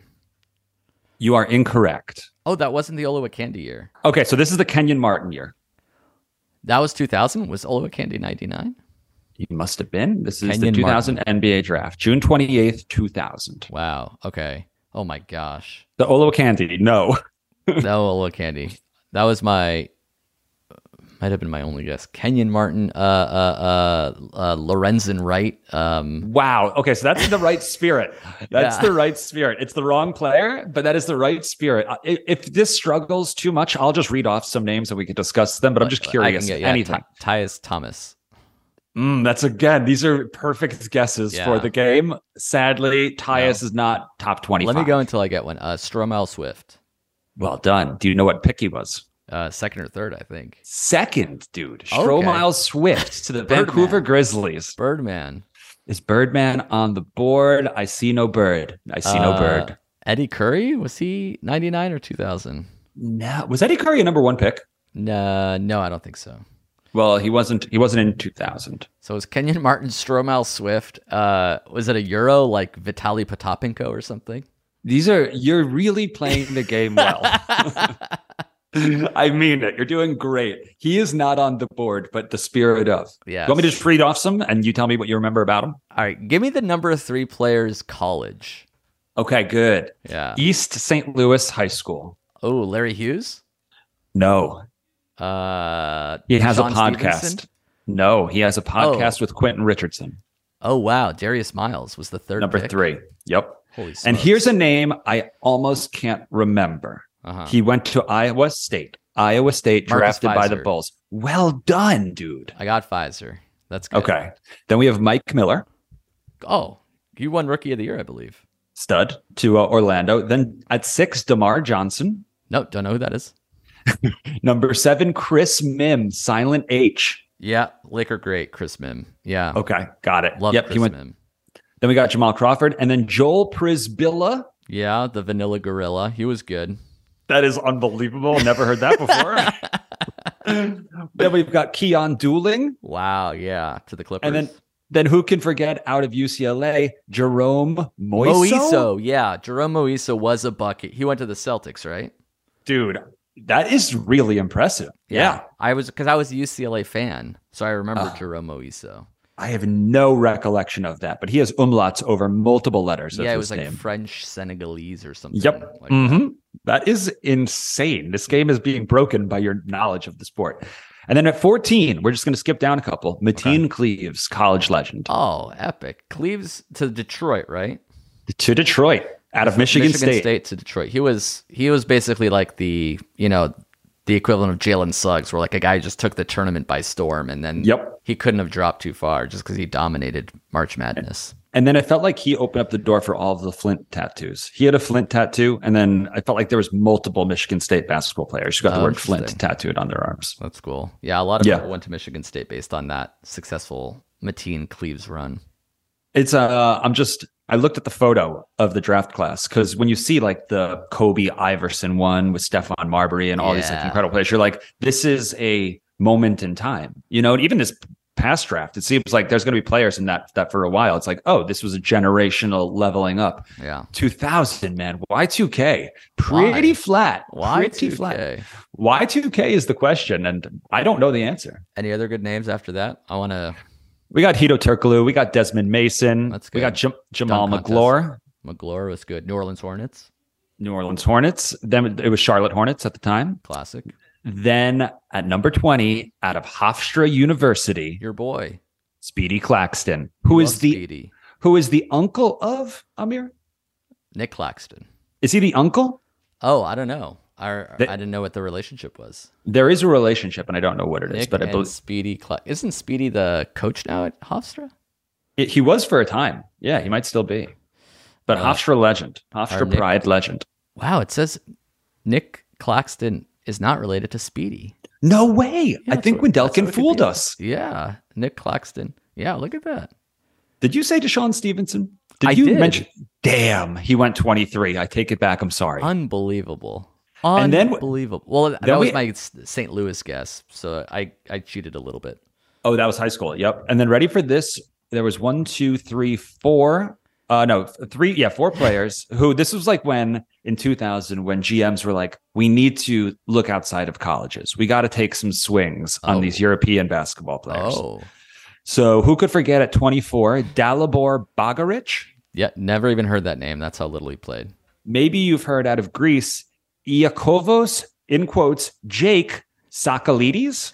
[SPEAKER 4] You are incorrect.
[SPEAKER 2] Oh, that wasn't the Oloa Candy year.
[SPEAKER 4] Okay, so this is the Kenyon Martin year.
[SPEAKER 2] That was 2000. Was Oloa Candy 99?
[SPEAKER 4] You must have been. This is
[SPEAKER 2] Kenyon
[SPEAKER 4] the 2000 NBA draft, June 28th, 2000.
[SPEAKER 2] Wow. Okay. Oh my gosh.
[SPEAKER 4] The Olo Candy, no.
[SPEAKER 2] no Oloa Candy. That was my might have been my only guess. Kenyon Martin, uh, uh, uh, uh Lorenzen Wright. Um,
[SPEAKER 4] Wow. Okay, so that's the right spirit. That's
[SPEAKER 2] Yeah.
[SPEAKER 4] the right spirit. It's the wrong player, but that is the right spirit. Uh, i- If, this struggles too much, I'll just read off some names and we can discuss them. But I'm just
[SPEAKER 2] I can
[SPEAKER 4] curious.
[SPEAKER 2] get-
[SPEAKER 4] anytime.
[SPEAKER 2] Ty- Tyus Thomas.
[SPEAKER 4] Mm, that's again. These are perfect guesses
[SPEAKER 2] Yeah.
[SPEAKER 4] for the game. Sadly, Tyus is not top 25.
[SPEAKER 2] Let me go until I get one. Uh, Stromel Swift.
[SPEAKER 4] Well done. Do you know what pick he was?
[SPEAKER 2] Uh, second or third, I think.
[SPEAKER 4] Second, dude.
[SPEAKER 2] Okay.
[SPEAKER 4] Stromile Swift to the
[SPEAKER 2] Birdman.
[SPEAKER 4] Vancouver Grizzlies.
[SPEAKER 2] Birdman.
[SPEAKER 4] Is Birdman on the board? I see no bird. I see no
[SPEAKER 2] Uh,
[SPEAKER 4] bird.
[SPEAKER 2] Eddie Curry was he ninety nine or two thousand?
[SPEAKER 4] No. Was Eddie Curry a number one pick?
[SPEAKER 2] No, no, I don't think so.
[SPEAKER 4] Well, he wasn't. He wasn't in 2000.
[SPEAKER 2] So it was Kenyon Martin, Stromel Swift. Uh, was it a Euro like Vitali Potapenko or something?
[SPEAKER 4] These are you're really playing the game well. I mean it. You're doing great. He is not on the board, but the spirit of.
[SPEAKER 2] Yeah.
[SPEAKER 4] You want me to just read off some, and you tell me what you remember about him?
[SPEAKER 2] All right, give me the number three players college.
[SPEAKER 4] Okay, good.
[SPEAKER 2] Yeah.
[SPEAKER 4] East St. Louis High School.
[SPEAKER 2] Oh, Larry Hughes.
[SPEAKER 4] No,
[SPEAKER 2] Uh,
[SPEAKER 4] he has
[SPEAKER 2] John
[SPEAKER 4] a podcast.
[SPEAKER 2] Stevenson?
[SPEAKER 4] No, he has a podcast with Quentin Richardson.
[SPEAKER 2] Oh wow, Darius Miles was the third
[SPEAKER 4] Number
[SPEAKER 2] pick.
[SPEAKER 4] three. Yep.
[SPEAKER 2] Holy smokes.
[SPEAKER 4] And here's a name I almost can't remember.
[SPEAKER 2] uh-huh.
[SPEAKER 4] He went to Iowa State. Iowa State
[SPEAKER 2] Marcus
[SPEAKER 4] drafted by the
[SPEAKER 2] Fizer.
[SPEAKER 4] Bulls. Well done, dude.
[SPEAKER 2] I got Pfizer. That's good.
[SPEAKER 4] Okay. Then we have Mike Miller,
[SPEAKER 2] Oh, you won Rookie of the Year, I believe.
[SPEAKER 4] stud to uh, Orlando. Then at six, DeMar Johnson.
[SPEAKER 2] No, don't know who that is.
[SPEAKER 4] Number seven, Chris Mim, silent H.
[SPEAKER 2] Yeah, Laker great Chris Mim. Yeah,
[SPEAKER 4] Okay, got it.
[SPEAKER 2] love
[SPEAKER 4] yep,
[SPEAKER 2] Chris
[SPEAKER 4] he went.
[SPEAKER 2] Mim.
[SPEAKER 4] Then we got Jamal Crawford, and then Joel Prisbilla.
[SPEAKER 2] Yeah, the Vanilla Gorilla. He was good.
[SPEAKER 4] That is unbelievable. Never heard that before. then we've got Keon Dueling.
[SPEAKER 2] Wow, yeah, to the Clippers.
[SPEAKER 4] And then then who can forget out of UCLA, Jerome Moiso?
[SPEAKER 2] Moiso, yeah, Jerome Moiso was a bucket. He went to the Celtics, right?
[SPEAKER 4] Dude, that is really impressive. Yeah. Ah.
[SPEAKER 2] I was because I was a UCLA fan, so I remember Jerome Moiso.
[SPEAKER 4] I have no recollection of that, but he has umlauts over multiple letters. of
[SPEAKER 2] Yeah, it
[SPEAKER 4] his
[SPEAKER 2] was like
[SPEAKER 4] name.
[SPEAKER 2] French Senegalese or something.
[SPEAKER 4] Yep.
[SPEAKER 2] like that.
[SPEAKER 4] Mhm. That is insane. This game is being broken by your knowledge of the sport. And then at 14, we're just going to skip down a couple. Mateen Cleaves, college legend,
[SPEAKER 2] Oh, epic! Cleaves to Detroit, right?
[SPEAKER 4] to Detroit out of Michigan, State.
[SPEAKER 2] to Detroit. He was he was basically like the you know the equivalent of Jalen Suggs, where like a guy just took the tournament by storm, and then
[SPEAKER 4] Yep.
[SPEAKER 2] he couldn't have dropped too far just because he dominated March Madness.
[SPEAKER 4] And then it felt like he opened up the door for all of the Flint tattoos. He had a Flint tattoo, and then I felt like there was multiple Michigan State basketball players who got the
[SPEAKER 2] Oh,
[SPEAKER 4] word Flint
[SPEAKER 2] interesting.
[SPEAKER 4] tattooed on their arms.
[SPEAKER 2] That's cool. Yeah, a lot of
[SPEAKER 4] Yeah.
[SPEAKER 2] people went to Michigan State based on that successful Mateen Cleaves run.
[SPEAKER 4] It's uh I'm just I looked at the photo of the draft class because when you see like the Kobe Iverson one with Stefan Marbury and all these like
[SPEAKER 2] Yeah.
[SPEAKER 4] incredible players, you're like, this is a moment in time. You know, and even this past draft, it seems like there's gonna be players in that that for a while. It's like, oh, this was a generational leveling up.
[SPEAKER 2] Yeah.
[SPEAKER 4] 2000, man. Y2K. Pretty
[SPEAKER 2] Why?
[SPEAKER 4] flat.
[SPEAKER 2] Why
[SPEAKER 4] Pretty flat. Y2K is the question, and I don't know the answer.
[SPEAKER 2] Any other good names after that? I want to
[SPEAKER 4] We got Hito Turkoglu. We got Desmond Mason.
[SPEAKER 2] That's
[SPEAKER 4] We got
[SPEAKER 2] good.
[SPEAKER 4] Jam- Jamal
[SPEAKER 2] Dunk contest.
[SPEAKER 4] McGlure.
[SPEAKER 2] McGlure was good. New Orleans Hornets,
[SPEAKER 4] New Orleans Hornets. Then it was Charlotte Hornets at the time.
[SPEAKER 2] classic. Mm-hmm.
[SPEAKER 4] Then at number 20, out of Hofstra University,
[SPEAKER 2] Your boy,
[SPEAKER 4] Speedy Claxton, who is
[SPEAKER 2] Love
[SPEAKER 4] the
[SPEAKER 2] Speedy.
[SPEAKER 4] who is the uncle of Amir?
[SPEAKER 2] Nick Claxton?
[SPEAKER 4] Is he the uncle?
[SPEAKER 2] Oh, I don't know. I
[SPEAKER 4] They-
[SPEAKER 2] I didn't know what the relationship was.
[SPEAKER 4] There is a relationship, and I don't know what it is,
[SPEAKER 2] Nick
[SPEAKER 4] but I
[SPEAKER 2] and
[SPEAKER 4] believe
[SPEAKER 2] Speedy Cla- isn't Speedy the coach now at Hofstra?
[SPEAKER 4] it- he was for a time. Yeah, he might still be. But
[SPEAKER 2] Uh,
[SPEAKER 4] Hofstra legend, Hofstra
[SPEAKER 2] Nick-
[SPEAKER 4] pride legend.
[SPEAKER 2] Wow, it says Nick Claxton is not related to Speedy.
[SPEAKER 4] No way! I
[SPEAKER 2] that's
[SPEAKER 4] think
[SPEAKER 2] what- that's
[SPEAKER 4] Wendelkin
[SPEAKER 2] what
[SPEAKER 4] fooled
[SPEAKER 2] Wikipedia-
[SPEAKER 4] us.
[SPEAKER 2] Yeah, Nick Claxton. Yeah, look at that.
[SPEAKER 4] Did you say Deshaun Stevenson? Did
[SPEAKER 2] I
[SPEAKER 4] you
[SPEAKER 2] did.
[SPEAKER 4] mention? Damn, he went 23. I take it back. I'm sorry.
[SPEAKER 2] Unbelievable.
[SPEAKER 4] And then-
[SPEAKER 2] Unbelievable. well, that was
[SPEAKER 4] we-
[SPEAKER 2] my S- St. Louis guess, so I I cheated a little bit.
[SPEAKER 4] Oh, that was high school. Yep. And then ready for this, there was one, two, three, four. Uh, no, three. Yeah, four players who this was like when in 2000 when GMs were like, we need to look outside of colleges. We got to take some swings
[SPEAKER 2] Oh.
[SPEAKER 4] on these European basketball players.
[SPEAKER 2] Oh,
[SPEAKER 4] So who could forget at 24, Dalibor Bagaric?
[SPEAKER 2] yeah. Never even heard that name. That's how little he played.
[SPEAKER 4] Maybe you've heard out of Greece, Iakovos, in quotes, Jake Sakalides.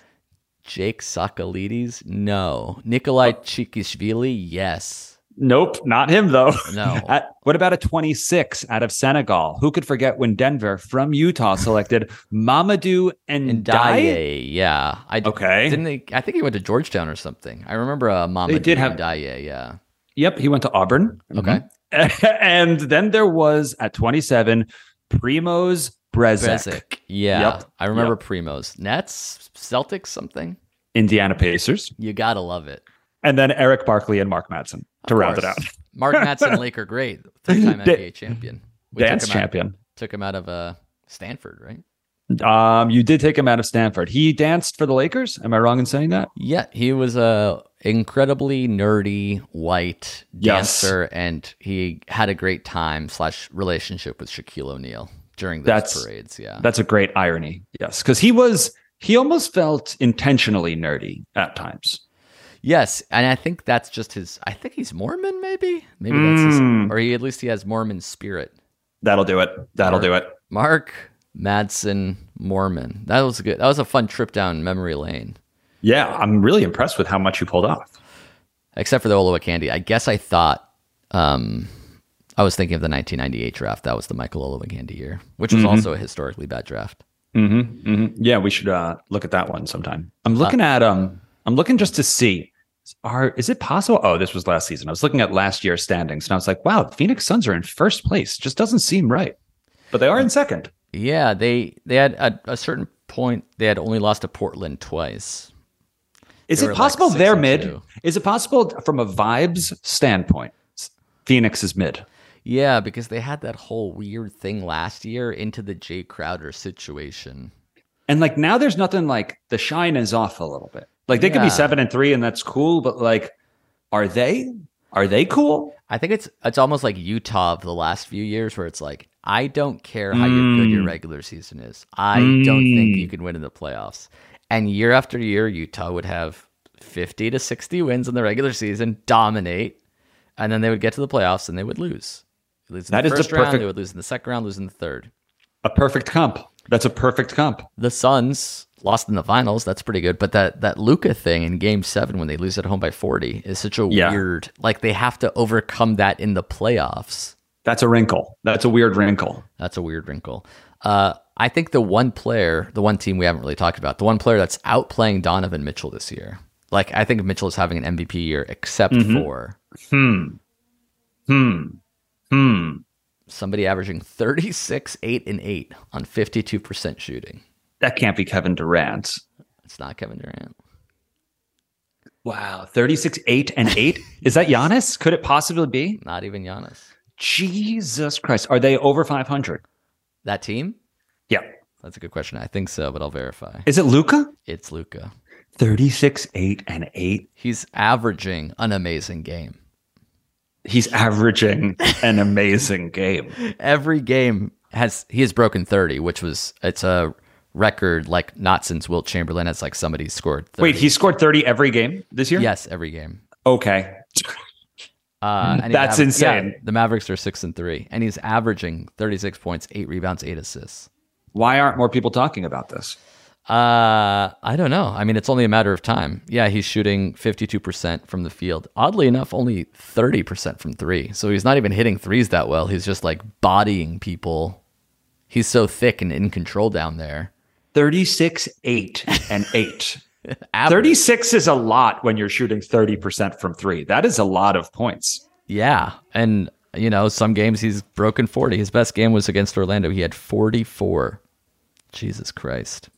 [SPEAKER 2] Jake Sakalides? No. Nikolai
[SPEAKER 4] Oh.
[SPEAKER 2] Chikishvili? Yes.
[SPEAKER 4] Nope, not him though.
[SPEAKER 2] No.
[SPEAKER 4] At, what about a 26 out of Senegal? Who could forget when Denver from Utah selected Mamadou and Ndiaye?
[SPEAKER 2] Ndaye, yeah. I d-
[SPEAKER 4] Okay.
[SPEAKER 2] Didn't they? I think he went to Georgetown or something. I remember uh, Mama.
[SPEAKER 4] They did have-
[SPEAKER 2] Ndaye, yeah.
[SPEAKER 4] Yep, he went to Auburn.
[SPEAKER 2] Okay.
[SPEAKER 4] Mhm. and then there was at 27 Primoz Brezek,
[SPEAKER 2] Brezek, yeah.
[SPEAKER 4] Yep,
[SPEAKER 2] I remember Primos. Nets, Celtics, something.
[SPEAKER 4] Indiana Pacers,
[SPEAKER 2] You gotta love it.
[SPEAKER 4] and then Eric Barkley and Mark Madsen to
[SPEAKER 2] Of
[SPEAKER 4] round it out.
[SPEAKER 2] course. Mark Matson, Laker great, three-time
[SPEAKER 4] Da-
[SPEAKER 2] NBA champion.
[SPEAKER 4] Dance
[SPEAKER 2] took him
[SPEAKER 4] champion.
[SPEAKER 2] Out, took him out of uh, Stanford, right?
[SPEAKER 4] Um, you did take him out of Stanford. He danced for the Lakers. Am I wrong in saying that?
[SPEAKER 2] Yeah, he was a incredibly nerdy white
[SPEAKER 4] Yes.
[SPEAKER 2] dancer, and he had a great time slash relationship with Shaquille O'Neal during those
[SPEAKER 4] That's-
[SPEAKER 2] parades. Yeah,
[SPEAKER 4] That's a great irony. Yes, because he was he almost felt intentionally nerdy at times.
[SPEAKER 2] yes, and I think that's just his. I think he's Mormon, maybe, maybe that's his,
[SPEAKER 4] Mm.
[SPEAKER 2] or he at least he has Mormon spirit.
[SPEAKER 4] That'll do it. That'll do it.
[SPEAKER 2] Mark Madsen Mormon. That was good. That was a fun trip down memory lane.
[SPEAKER 4] Yeah, I'm really impressed with how much you pulled off.
[SPEAKER 2] Except for the Oloa candy. I guess I thought. um I was thinking of the 1998 draft. That was the Michael Oloa candy year, which was also a historically bad draft.
[SPEAKER 4] hmm Yeah, we should uh, look at that one sometime. I'm looking at um, I'm looking just to see. Are is it possible? Oh, this was last season. I was looking at last year's standings, and I was like, "Wow, the Phoenix Suns are in first place. Just doesn't seem right." But they are in second.
[SPEAKER 2] Yeah, they they had at a certain point they had only lost to Portland twice.
[SPEAKER 4] Is
[SPEAKER 2] They were
[SPEAKER 4] it
[SPEAKER 2] like
[SPEAKER 4] possible
[SPEAKER 2] six
[SPEAKER 4] they're
[SPEAKER 2] and
[SPEAKER 4] mid?
[SPEAKER 2] two.
[SPEAKER 4] Is it possible from a vibes standpoint? Phoenix is mid.
[SPEAKER 2] Yeah, because they had that whole weird thing last year into the Jay Crowder situation.
[SPEAKER 4] And like now there's nothing like the shine is off a little bit. Like they could
[SPEAKER 2] Yeah.
[SPEAKER 4] be seven and three and that's cool, but like are they are they cool?
[SPEAKER 2] I think it's it's almost like Utah of the last few years where it's like I don't care how your good your
[SPEAKER 4] Mm.
[SPEAKER 2] regular season is. I don't think
[SPEAKER 4] Mm.
[SPEAKER 2] you can win in the playoffs. And year after year Utah would have 50 to 60 wins in the regular season, dominate, and then they would get to the playoffs and they would lose. They Lose in
[SPEAKER 4] That
[SPEAKER 2] the
[SPEAKER 4] is the
[SPEAKER 2] first round,
[SPEAKER 4] perfect-
[SPEAKER 2] they would lose in the second round, lose in the third.
[SPEAKER 4] A perfect comp. That's a perfect comp.
[SPEAKER 2] The Suns lost in the finals. That's pretty good. But that that Luca thing in Game Seven when they lose at home by forty is such a
[SPEAKER 4] Yeah.
[SPEAKER 2] weird. Like they have to overcome that in the playoffs.
[SPEAKER 4] That's a wrinkle. That's a weird wrinkle.
[SPEAKER 2] That's a weird wrinkle. Uh, I think the one player, the one team we haven't really talked about, the one player that's outplaying Donovan Mitchell this year. Like I think Mitchell is having an MVP year, except for
[SPEAKER 4] Mm-hmm. Hmm. Hmm. Hmm.
[SPEAKER 2] somebody averaging thirty six, eight, and eight on fifty two percent shooting.
[SPEAKER 4] That can't be Kevin Durant.
[SPEAKER 2] It's not Kevin Durant.
[SPEAKER 4] Wow. 36, 8, and 8? Is that Giannis? Could it possibly be?
[SPEAKER 2] Not even Giannis.
[SPEAKER 4] Jesus Christ. Are they over 500?
[SPEAKER 2] That team?
[SPEAKER 4] Yeah.
[SPEAKER 2] That's a good question. I think so, but I'll verify.
[SPEAKER 4] Is it Luca?
[SPEAKER 2] It's Luca.
[SPEAKER 4] 36, 8, and 8.
[SPEAKER 2] He's averaging an amazing game.
[SPEAKER 4] He's averaging an amazing game.
[SPEAKER 2] Every game has he has broken 30, which was it's a record like not since Wilt Chamberlain has like somebody scored 30.
[SPEAKER 4] Wait, he scored 30 every game this year?
[SPEAKER 2] Yes, every game.
[SPEAKER 4] Okay.
[SPEAKER 2] Uh, and he's
[SPEAKER 4] Mm-hmm. That's
[SPEAKER 2] aver-
[SPEAKER 4] insane.
[SPEAKER 2] yeah, the Mavericks are six and three, and he's averaging 36 points, eight rebounds, eight assists.
[SPEAKER 4] Why aren't more people talking about this?
[SPEAKER 2] Uh, I don't know. I mean, it's only a matter of time. Yeah, he's shooting 52% from the field. Oddly enough, only 30% from three. So he's not even hitting threes that well. He's just like bodying people. He's so thick and in control down there.
[SPEAKER 4] 36, 8, and 8.
[SPEAKER 2] Average.
[SPEAKER 4] 36 is a lot when you're shooting 30% from three. That is a lot of points.
[SPEAKER 2] Yeah. And, you know, some games he's broken 40. His best game was against Orlando. He had 44. Jesus Christ.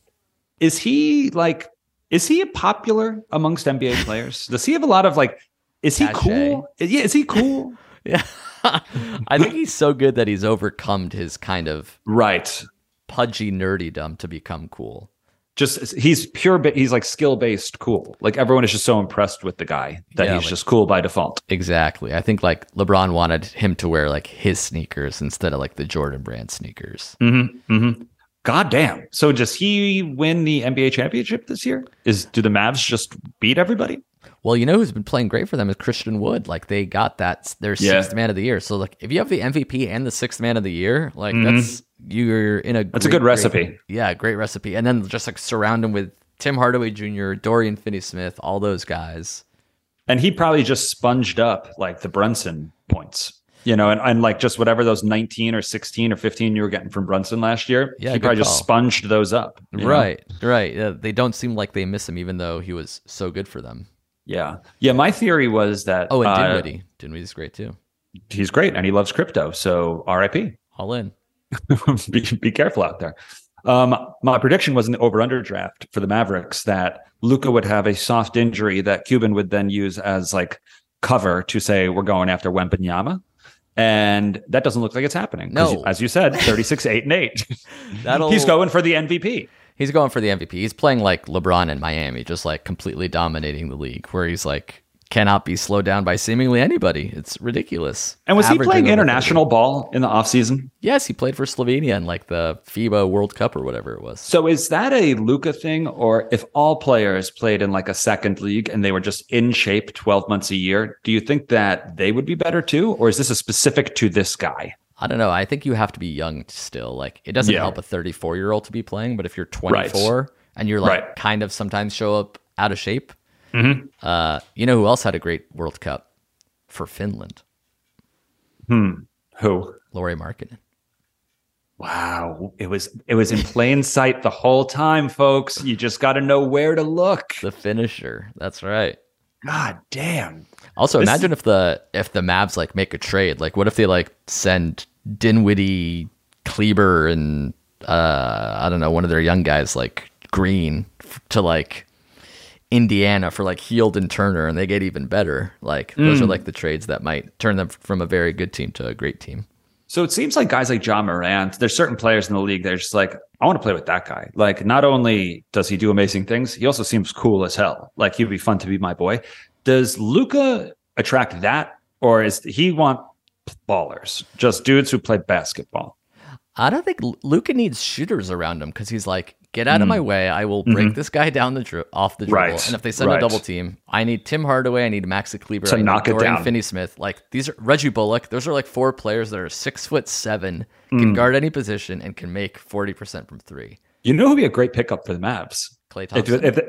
[SPEAKER 4] Is he like, is he popular amongst NBA players? Does he have a lot of like, is he
[SPEAKER 2] Cachet.
[SPEAKER 4] cool? Yeah, is he cool?
[SPEAKER 2] Yeah. I think he's so good that he's overcome his kind of
[SPEAKER 4] right.
[SPEAKER 2] pudgy nerdydom to become cool.
[SPEAKER 4] Just he's pure, ba- he's like skill based cool. Like everyone is just so impressed with the guy that
[SPEAKER 2] Yeah,
[SPEAKER 4] he's
[SPEAKER 2] like-
[SPEAKER 4] just cool by default.
[SPEAKER 2] Exactly. I think like LeBron wanted him to wear like his sneakers instead of like the Jordan brand sneakers.
[SPEAKER 4] Mm-hmm. Mm-hmm. God damn. So does he win the NBA championship this year? Is do the Mavs just beat everybody?
[SPEAKER 2] Well, you know who's been playing great for them is Christian Wood. Like they got that their
[SPEAKER 4] Yeah.
[SPEAKER 2] sixth man of the year. So like if you have the MVP and the sixth man of the year, like that's you're in a
[SPEAKER 4] Mm-hmm. That's a good recipe.
[SPEAKER 2] yeah, great recipe. And then just like surround him with Tim Hardaway Jr., Dorian Finney Smith, all those guys.
[SPEAKER 4] And he probably just sponged up like the Brunson points, you know, and, and like just whatever those 19 or 16 or 15 you were getting from Brunson last year.
[SPEAKER 2] Yeah,
[SPEAKER 4] he
[SPEAKER 2] good
[SPEAKER 4] probably just
[SPEAKER 2] call.
[SPEAKER 4] sponged those up. you know?
[SPEAKER 2] Right, right. Yeah, they don't seem like they miss him, even though he was so good for them.
[SPEAKER 4] Yeah. Yeah. My theory was that
[SPEAKER 2] Oh, and
[SPEAKER 4] uh,
[SPEAKER 2] Dinwiddie, Dinwiddie's great too.
[SPEAKER 4] he's great and he loves crypto. So RIP.
[SPEAKER 2] All in.
[SPEAKER 4] be, be careful out there. Um, my prediction was in the over under draft for the Mavericks that Luca would have a soft injury that Cuban would then use as like cover to say we're going after Wembenyama. And that doesn't look like it's happening. 'Cause
[SPEAKER 2] No.
[SPEAKER 4] As you said, 36, 8, and 8.
[SPEAKER 2] That'll-
[SPEAKER 4] He's going for the MVP.
[SPEAKER 2] He's going for the MVP. He's playing like LeBron in Miami, just like completely dominating the league, where he's like cannot be slowed down by seemingly anybody. It's ridiculous.
[SPEAKER 4] And was he
[SPEAKER 2] Averaging
[SPEAKER 4] playing
[SPEAKER 2] over
[SPEAKER 4] international ball in the offseason?
[SPEAKER 2] 30. Yes, he played for Slovenia in like the FIBA World Cup or whatever it was.
[SPEAKER 4] So is that a Luca thing, or if all players played in like a second league and they were just in shape twelve months a year, do you think that they would be better too, or is this a specific to this guy?
[SPEAKER 2] I don't know. I think you have to be young still. Like it doesn't
[SPEAKER 4] Yeah.
[SPEAKER 2] help a 34 year old to be playing, but if you're 24 and you're like
[SPEAKER 4] Right. Mm-hmm.
[SPEAKER 2] kind of sometimes show up out of shape, uh, you know who else had a great World Cup for Finland?
[SPEAKER 4] Who?
[SPEAKER 2] Laurie Markkinen.
[SPEAKER 4] Wow, it was it was in plain sight the whole time, folks. You just got to know where to look.
[SPEAKER 2] the finisher. That's right.
[SPEAKER 4] God damn.
[SPEAKER 2] Also, imagine if the if the Mavs like make a trade. Like, what if they like send Dinwiddie, Kleber, and uh, I don't know, one of their young guys like Green f- to like Indiana for like Heald and Turner, and they get even better. Like, those are like the trades that might turn them f- from a very good team to a great team.
[SPEAKER 4] So it seems like guys like John Morant, there's certain players in the league. They're just like, I want to play with that guy. Like, not only does he do amazing things, he also seems cool as hell. Like, he'd be fun to be my boy. Does Luca attract that, or is he want ballers, just dudes who play basketball?
[SPEAKER 2] I don't think Luca needs shooters around him because he's like, get out of my way. I will break this guy down the dri- off the dribble.
[SPEAKER 4] Mm. Mm-hmm. Right,
[SPEAKER 2] And if they send a
[SPEAKER 4] right.
[SPEAKER 2] double team, I need Tim Hardaway. I need Maxi Kleber.
[SPEAKER 4] To
[SPEAKER 2] I need
[SPEAKER 4] knock it
[SPEAKER 2] Dorian
[SPEAKER 4] down.
[SPEAKER 2] Finney-Smith. Like these are Reggie Bullock. Those are like four players that are six foot seven,
[SPEAKER 4] Mm.
[SPEAKER 2] can guard any position, and can make forty percent from three.
[SPEAKER 4] You know who'd be a great pickup for the Mavs?
[SPEAKER 2] Clay
[SPEAKER 4] If,
[SPEAKER 2] Thompson.
[SPEAKER 4] if,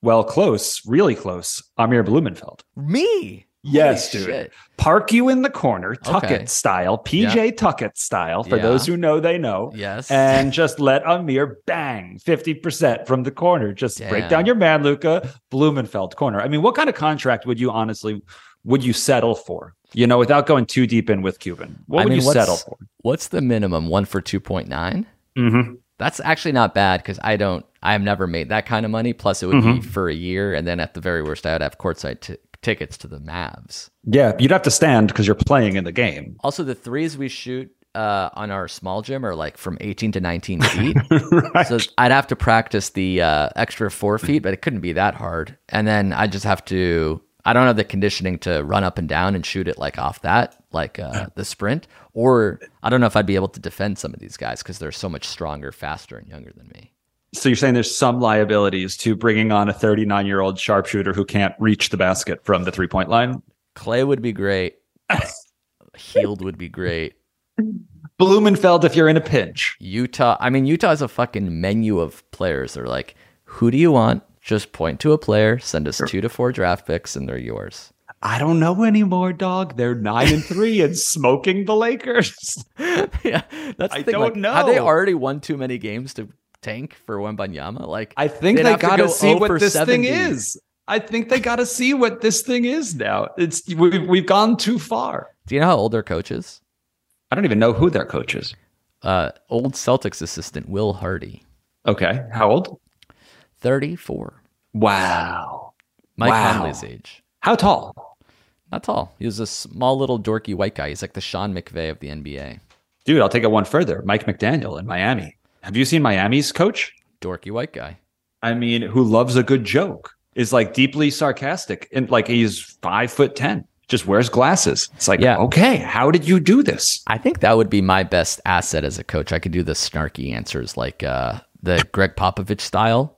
[SPEAKER 4] well, close, really close. Amir Blumenfeld.
[SPEAKER 2] Me.
[SPEAKER 4] Yes,
[SPEAKER 2] Holy
[SPEAKER 4] dude.
[SPEAKER 2] shit.
[SPEAKER 4] Park you in the corner, Tuckett
[SPEAKER 2] Okay.
[SPEAKER 4] style, PJ Tuckett style. For
[SPEAKER 2] Yeah.
[SPEAKER 4] those who know, they know.
[SPEAKER 2] Yes.
[SPEAKER 4] and just let Amir bang 50% from the corner. Just break
[SPEAKER 2] Damn.
[SPEAKER 4] down your man, Luca Blumenfeld corner. I mean, what kind of contract would you honestly would you settle for? You know, without going too deep in with Cuban, what
[SPEAKER 2] I
[SPEAKER 4] would
[SPEAKER 2] mean,
[SPEAKER 4] you
[SPEAKER 2] what's-
[SPEAKER 4] settle for?
[SPEAKER 2] What's the minimum? One for two point nine.
[SPEAKER 4] Mm-hmm.
[SPEAKER 2] That's actually not bad because I don't. I've never made that kind of money. Plus, it would be for a year, and then at the very worst, I would have courtside t- tickets to the Mavs.
[SPEAKER 4] Yeah, you'd have to stand because you're playing in the game.
[SPEAKER 2] Also, the threes we shoot uh, on our small gym are like from 18 to 19 feet. So I'd have to practice the uh, extra four feet, but it couldn't be that hard. And then I just have to, I don't have the conditioning to run up and down and shoot it like off that, like uh, the sprint. Or I don't know if I'd be able to defend some of these guys because they're so much stronger, faster, and younger than me.
[SPEAKER 4] So you're saying there's some liabilities to bringing on a 39 year old sharpshooter who can't reach the basket from the three point line?
[SPEAKER 2] Clay would be great. Healed would be great.
[SPEAKER 4] Blumenfeld, if you're in a pinch.
[SPEAKER 2] Utah. I mean, Utah is a fucking menu of players. They're like, who do you want? Just point to a player, send us two to four draft picks, and they're yours.
[SPEAKER 4] I don't know anymore, dog. They're nine and three and smoking the Lakers.
[SPEAKER 2] yeah, that's the
[SPEAKER 4] I
[SPEAKER 2] thing.
[SPEAKER 4] don't
[SPEAKER 2] like, Have they
[SPEAKER 4] know.
[SPEAKER 2] already won too many games to tank for Wembanyama? Like,
[SPEAKER 4] I think
[SPEAKER 2] They'd
[SPEAKER 4] they
[SPEAKER 2] have to
[SPEAKER 4] got
[SPEAKER 2] go
[SPEAKER 4] to oh see
[SPEAKER 2] 0 for
[SPEAKER 4] what this
[SPEAKER 2] 70.
[SPEAKER 4] thing is. I think they got to see what this thing is now. It's we've, we've gone too far.
[SPEAKER 2] do you know how old their coach is?
[SPEAKER 4] I don't even know who their coach is.
[SPEAKER 2] Uh, old Celtics assistant Will Hardy,
[SPEAKER 4] Okay, how old?
[SPEAKER 2] thirty-four.
[SPEAKER 4] Wow.
[SPEAKER 2] Mike
[SPEAKER 4] Wow.
[SPEAKER 2] Conley's age.
[SPEAKER 4] How tall?
[SPEAKER 2] Not tall. He was a small little dorky white guy. He's like the Sean McVay of the NBA.
[SPEAKER 4] Dude, I'll take it one further. Mike McDaniel in Miami. Have you seen Miami's coach?
[SPEAKER 2] Dorky white guy.
[SPEAKER 4] I mean, who loves a good joke? Is like deeply sarcastic and like he's five foot ten. Just wears glasses. It's like,
[SPEAKER 2] Yeah.
[SPEAKER 4] okay, how did you do this?
[SPEAKER 2] I think that would be my best asset as a coach. I could do the snarky answers like uh, the Greg Popovich style.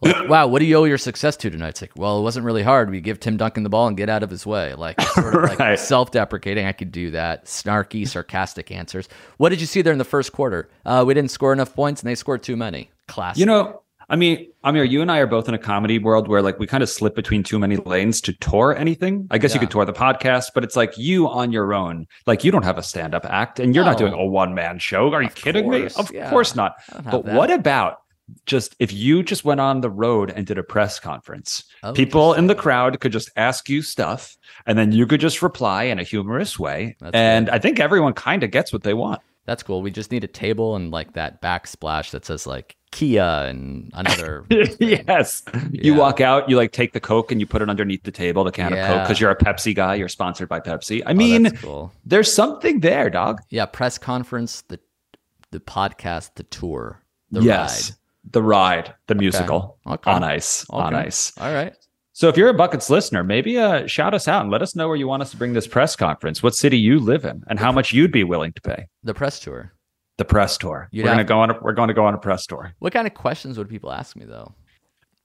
[SPEAKER 2] Like, wow, what do you owe your success to tonight? It's like, well, it wasn't really hard. We give Tim Duncan the ball and get out of his way. Like, it's sort of like
[SPEAKER 4] Right.
[SPEAKER 2] self-deprecating. I could do that. Snarky, sarcastic answers. What did you see there in the first quarter? Uh, we didn't score enough points, and they scored too many. Classic.
[SPEAKER 4] You know, I mean, Amir, you and I are both in a comedy world where like we kind of slip between too many lanes to tour anything. I guess you
[SPEAKER 2] Yeah.
[SPEAKER 4] could tour the podcast, but it's like you on your own. Like you don't have a stand up act and you're not
[SPEAKER 2] No.
[SPEAKER 4] doing a one man show. Are you
[SPEAKER 2] Of
[SPEAKER 4] kidding
[SPEAKER 2] course,
[SPEAKER 4] me? Of
[SPEAKER 2] yeah.
[SPEAKER 4] course not.
[SPEAKER 2] I don't have
[SPEAKER 4] But
[SPEAKER 2] that.
[SPEAKER 4] what about just if you just went on the road and did a press conference?
[SPEAKER 2] Oh,
[SPEAKER 4] People in the crowd could just ask you stuff and then you could just reply in a humorous way.
[SPEAKER 2] That's
[SPEAKER 4] and I think everyone kind of gets what they want.
[SPEAKER 2] That's cool. We just need a table and like that backsplash that says like Kia and another. Oh,
[SPEAKER 4] yes. You
[SPEAKER 2] Yeah.
[SPEAKER 4] walk out, you like take the Coke and you put it underneath the table, the can of Coke,
[SPEAKER 2] Yeah.
[SPEAKER 4] because you're a Pepsi guy. You're sponsored by Pepsi. I
[SPEAKER 2] Oh,
[SPEAKER 4] mean,
[SPEAKER 2] that's cool.
[SPEAKER 4] there's something there, dog.
[SPEAKER 2] Yeah, press conference, the the podcast, the tour, the
[SPEAKER 4] yes. The ride, the musical
[SPEAKER 2] Okay.
[SPEAKER 4] on ice,
[SPEAKER 2] ride.
[SPEAKER 4] on
[SPEAKER 2] Okay.
[SPEAKER 4] ice.
[SPEAKER 2] All right.
[SPEAKER 4] So if you're a Buckets listener, maybe uh, shout us out and let us know where you want us to bring this press conference, what city you live in, and how much you'd be willing to pay.
[SPEAKER 2] The press tour.
[SPEAKER 4] The press tour.
[SPEAKER 2] You'd
[SPEAKER 4] we're
[SPEAKER 2] have-
[SPEAKER 4] gonna go on. A, we're going to go on a press tour.
[SPEAKER 2] What kind of questions would people ask me though?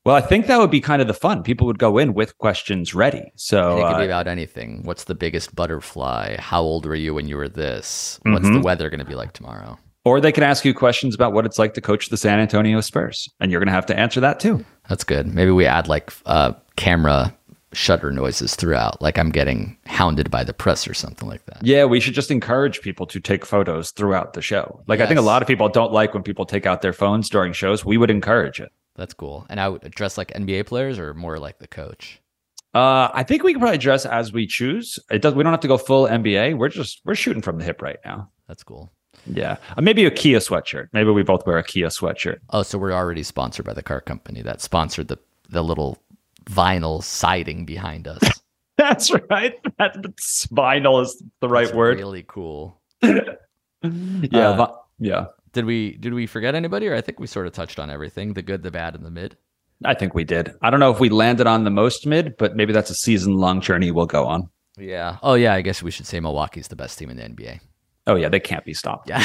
[SPEAKER 4] Well, I think that would be kind of the fun. People would go in with questions ready. So
[SPEAKER 2] And it could
[SPEAKER 4] uh,
[SPEAKER 2] be about anything. What's the biggest butterfly? How old were you when you were this? What's the weather going to be like tomorrow?
[SPEAKER 4] Or they can ask you questions about what it's like to coach the San Antonio Spurs, and you're going to have to answer that too.
[SPEAKER 2] That's good. Maybe we add like uh, camera shutter noises throughout, like I'm getting hounded by the press or something like that.
[SPEAKER 4] Yeah, we should just encourage people to take photos throughout the show. Like I think a
[SPEAKER 2] Yes.
[SPEAKER 4] lot of people don't like when people take out their phones during shows. We would encourage it.
[SPEAKER 2] That's cool. And I would dress like NBA players or more like the coach.
[SPEAKER 4] Uh, I think we can probably dress as we choose. It does. We don't have to go full NBA. We're just we're shooting from the hip right now.
[SPEAKER 2] That's cool.
[SPEAKER 4] Yeah, Uh, maybe a Kia sweatshirt. Maybe we both wear a Kia sweatshirt.
[SPEAKER 2] Oh, so we're already sponsored by the car company that sponsored the the little vinyl siding behind us.
[SPEAKER 4] That's right. That spinal is the right
[SPEAKER 2] That's
[SPEAKER 4] word.
[SPEAKER 2] Really cool.
[SPEAKER 4] Yeah,
[SPEAKER 2] Uh,
[SPEAKER 4] Va- yeah.
[SPEAKER 2] Did we did we forget anybody? Or I think we sort of touched on everything: the good, the bad, and the mid.
[SPEAKER 4] I think we did. I don't know if we landed on the most mid, but maybe that's a season long journey we'll go on.
[SPEAKER 2] Yeah. Oh yeah. I guess we should say Milwaukee's the best team in the NBA.
[SPEAKER 4] Oh yeah, they can't be stopped.
[SPEAKER 2] Yeah.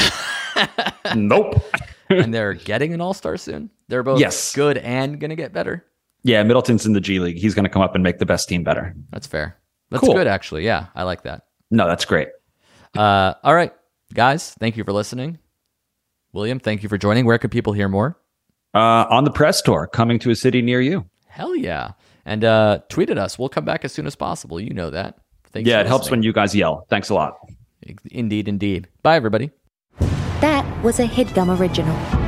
[SPEAKER 4] Nope.
[SPEAKER 2] and they're getting an All Star soon. They're both
[SPEAKER 4] Yes.
[SPEAKER 2] good and gonna get better.
[SPEAKER 4] Yeah, Middleton's in the G League. He's going to come up and make the best team better.
[SPEAKER 2] That's fair. That's
[SPEAKER 4] Cool.
[SPEAKER 2] good actually. Yeah, I like that.
[SPEAKER 4] No, that's great.
[SPEAKER 2] Uh, all right, guys. Thank you for listening. William, thank you for joining. Where could people hear more?
[SPEAKER 4] Uh, on the press tour, coming to a city near you.
[SPEAKER 2] Hell yeah! And uh, tweet at us. We'll come back as soon as possible. You know that. Thanks
[SPEAKER 4] yeah,
[SPEAKER 2] for
[SPEAKER 4] it helps when
[SPEAKER 2] listening.
[SPEAKER 4] you guys yell. Thanks a lot.
[SPEAKER 2] Indeed, indeed. Bye, everybody.
[SPEAKER 1] That was a headgum original.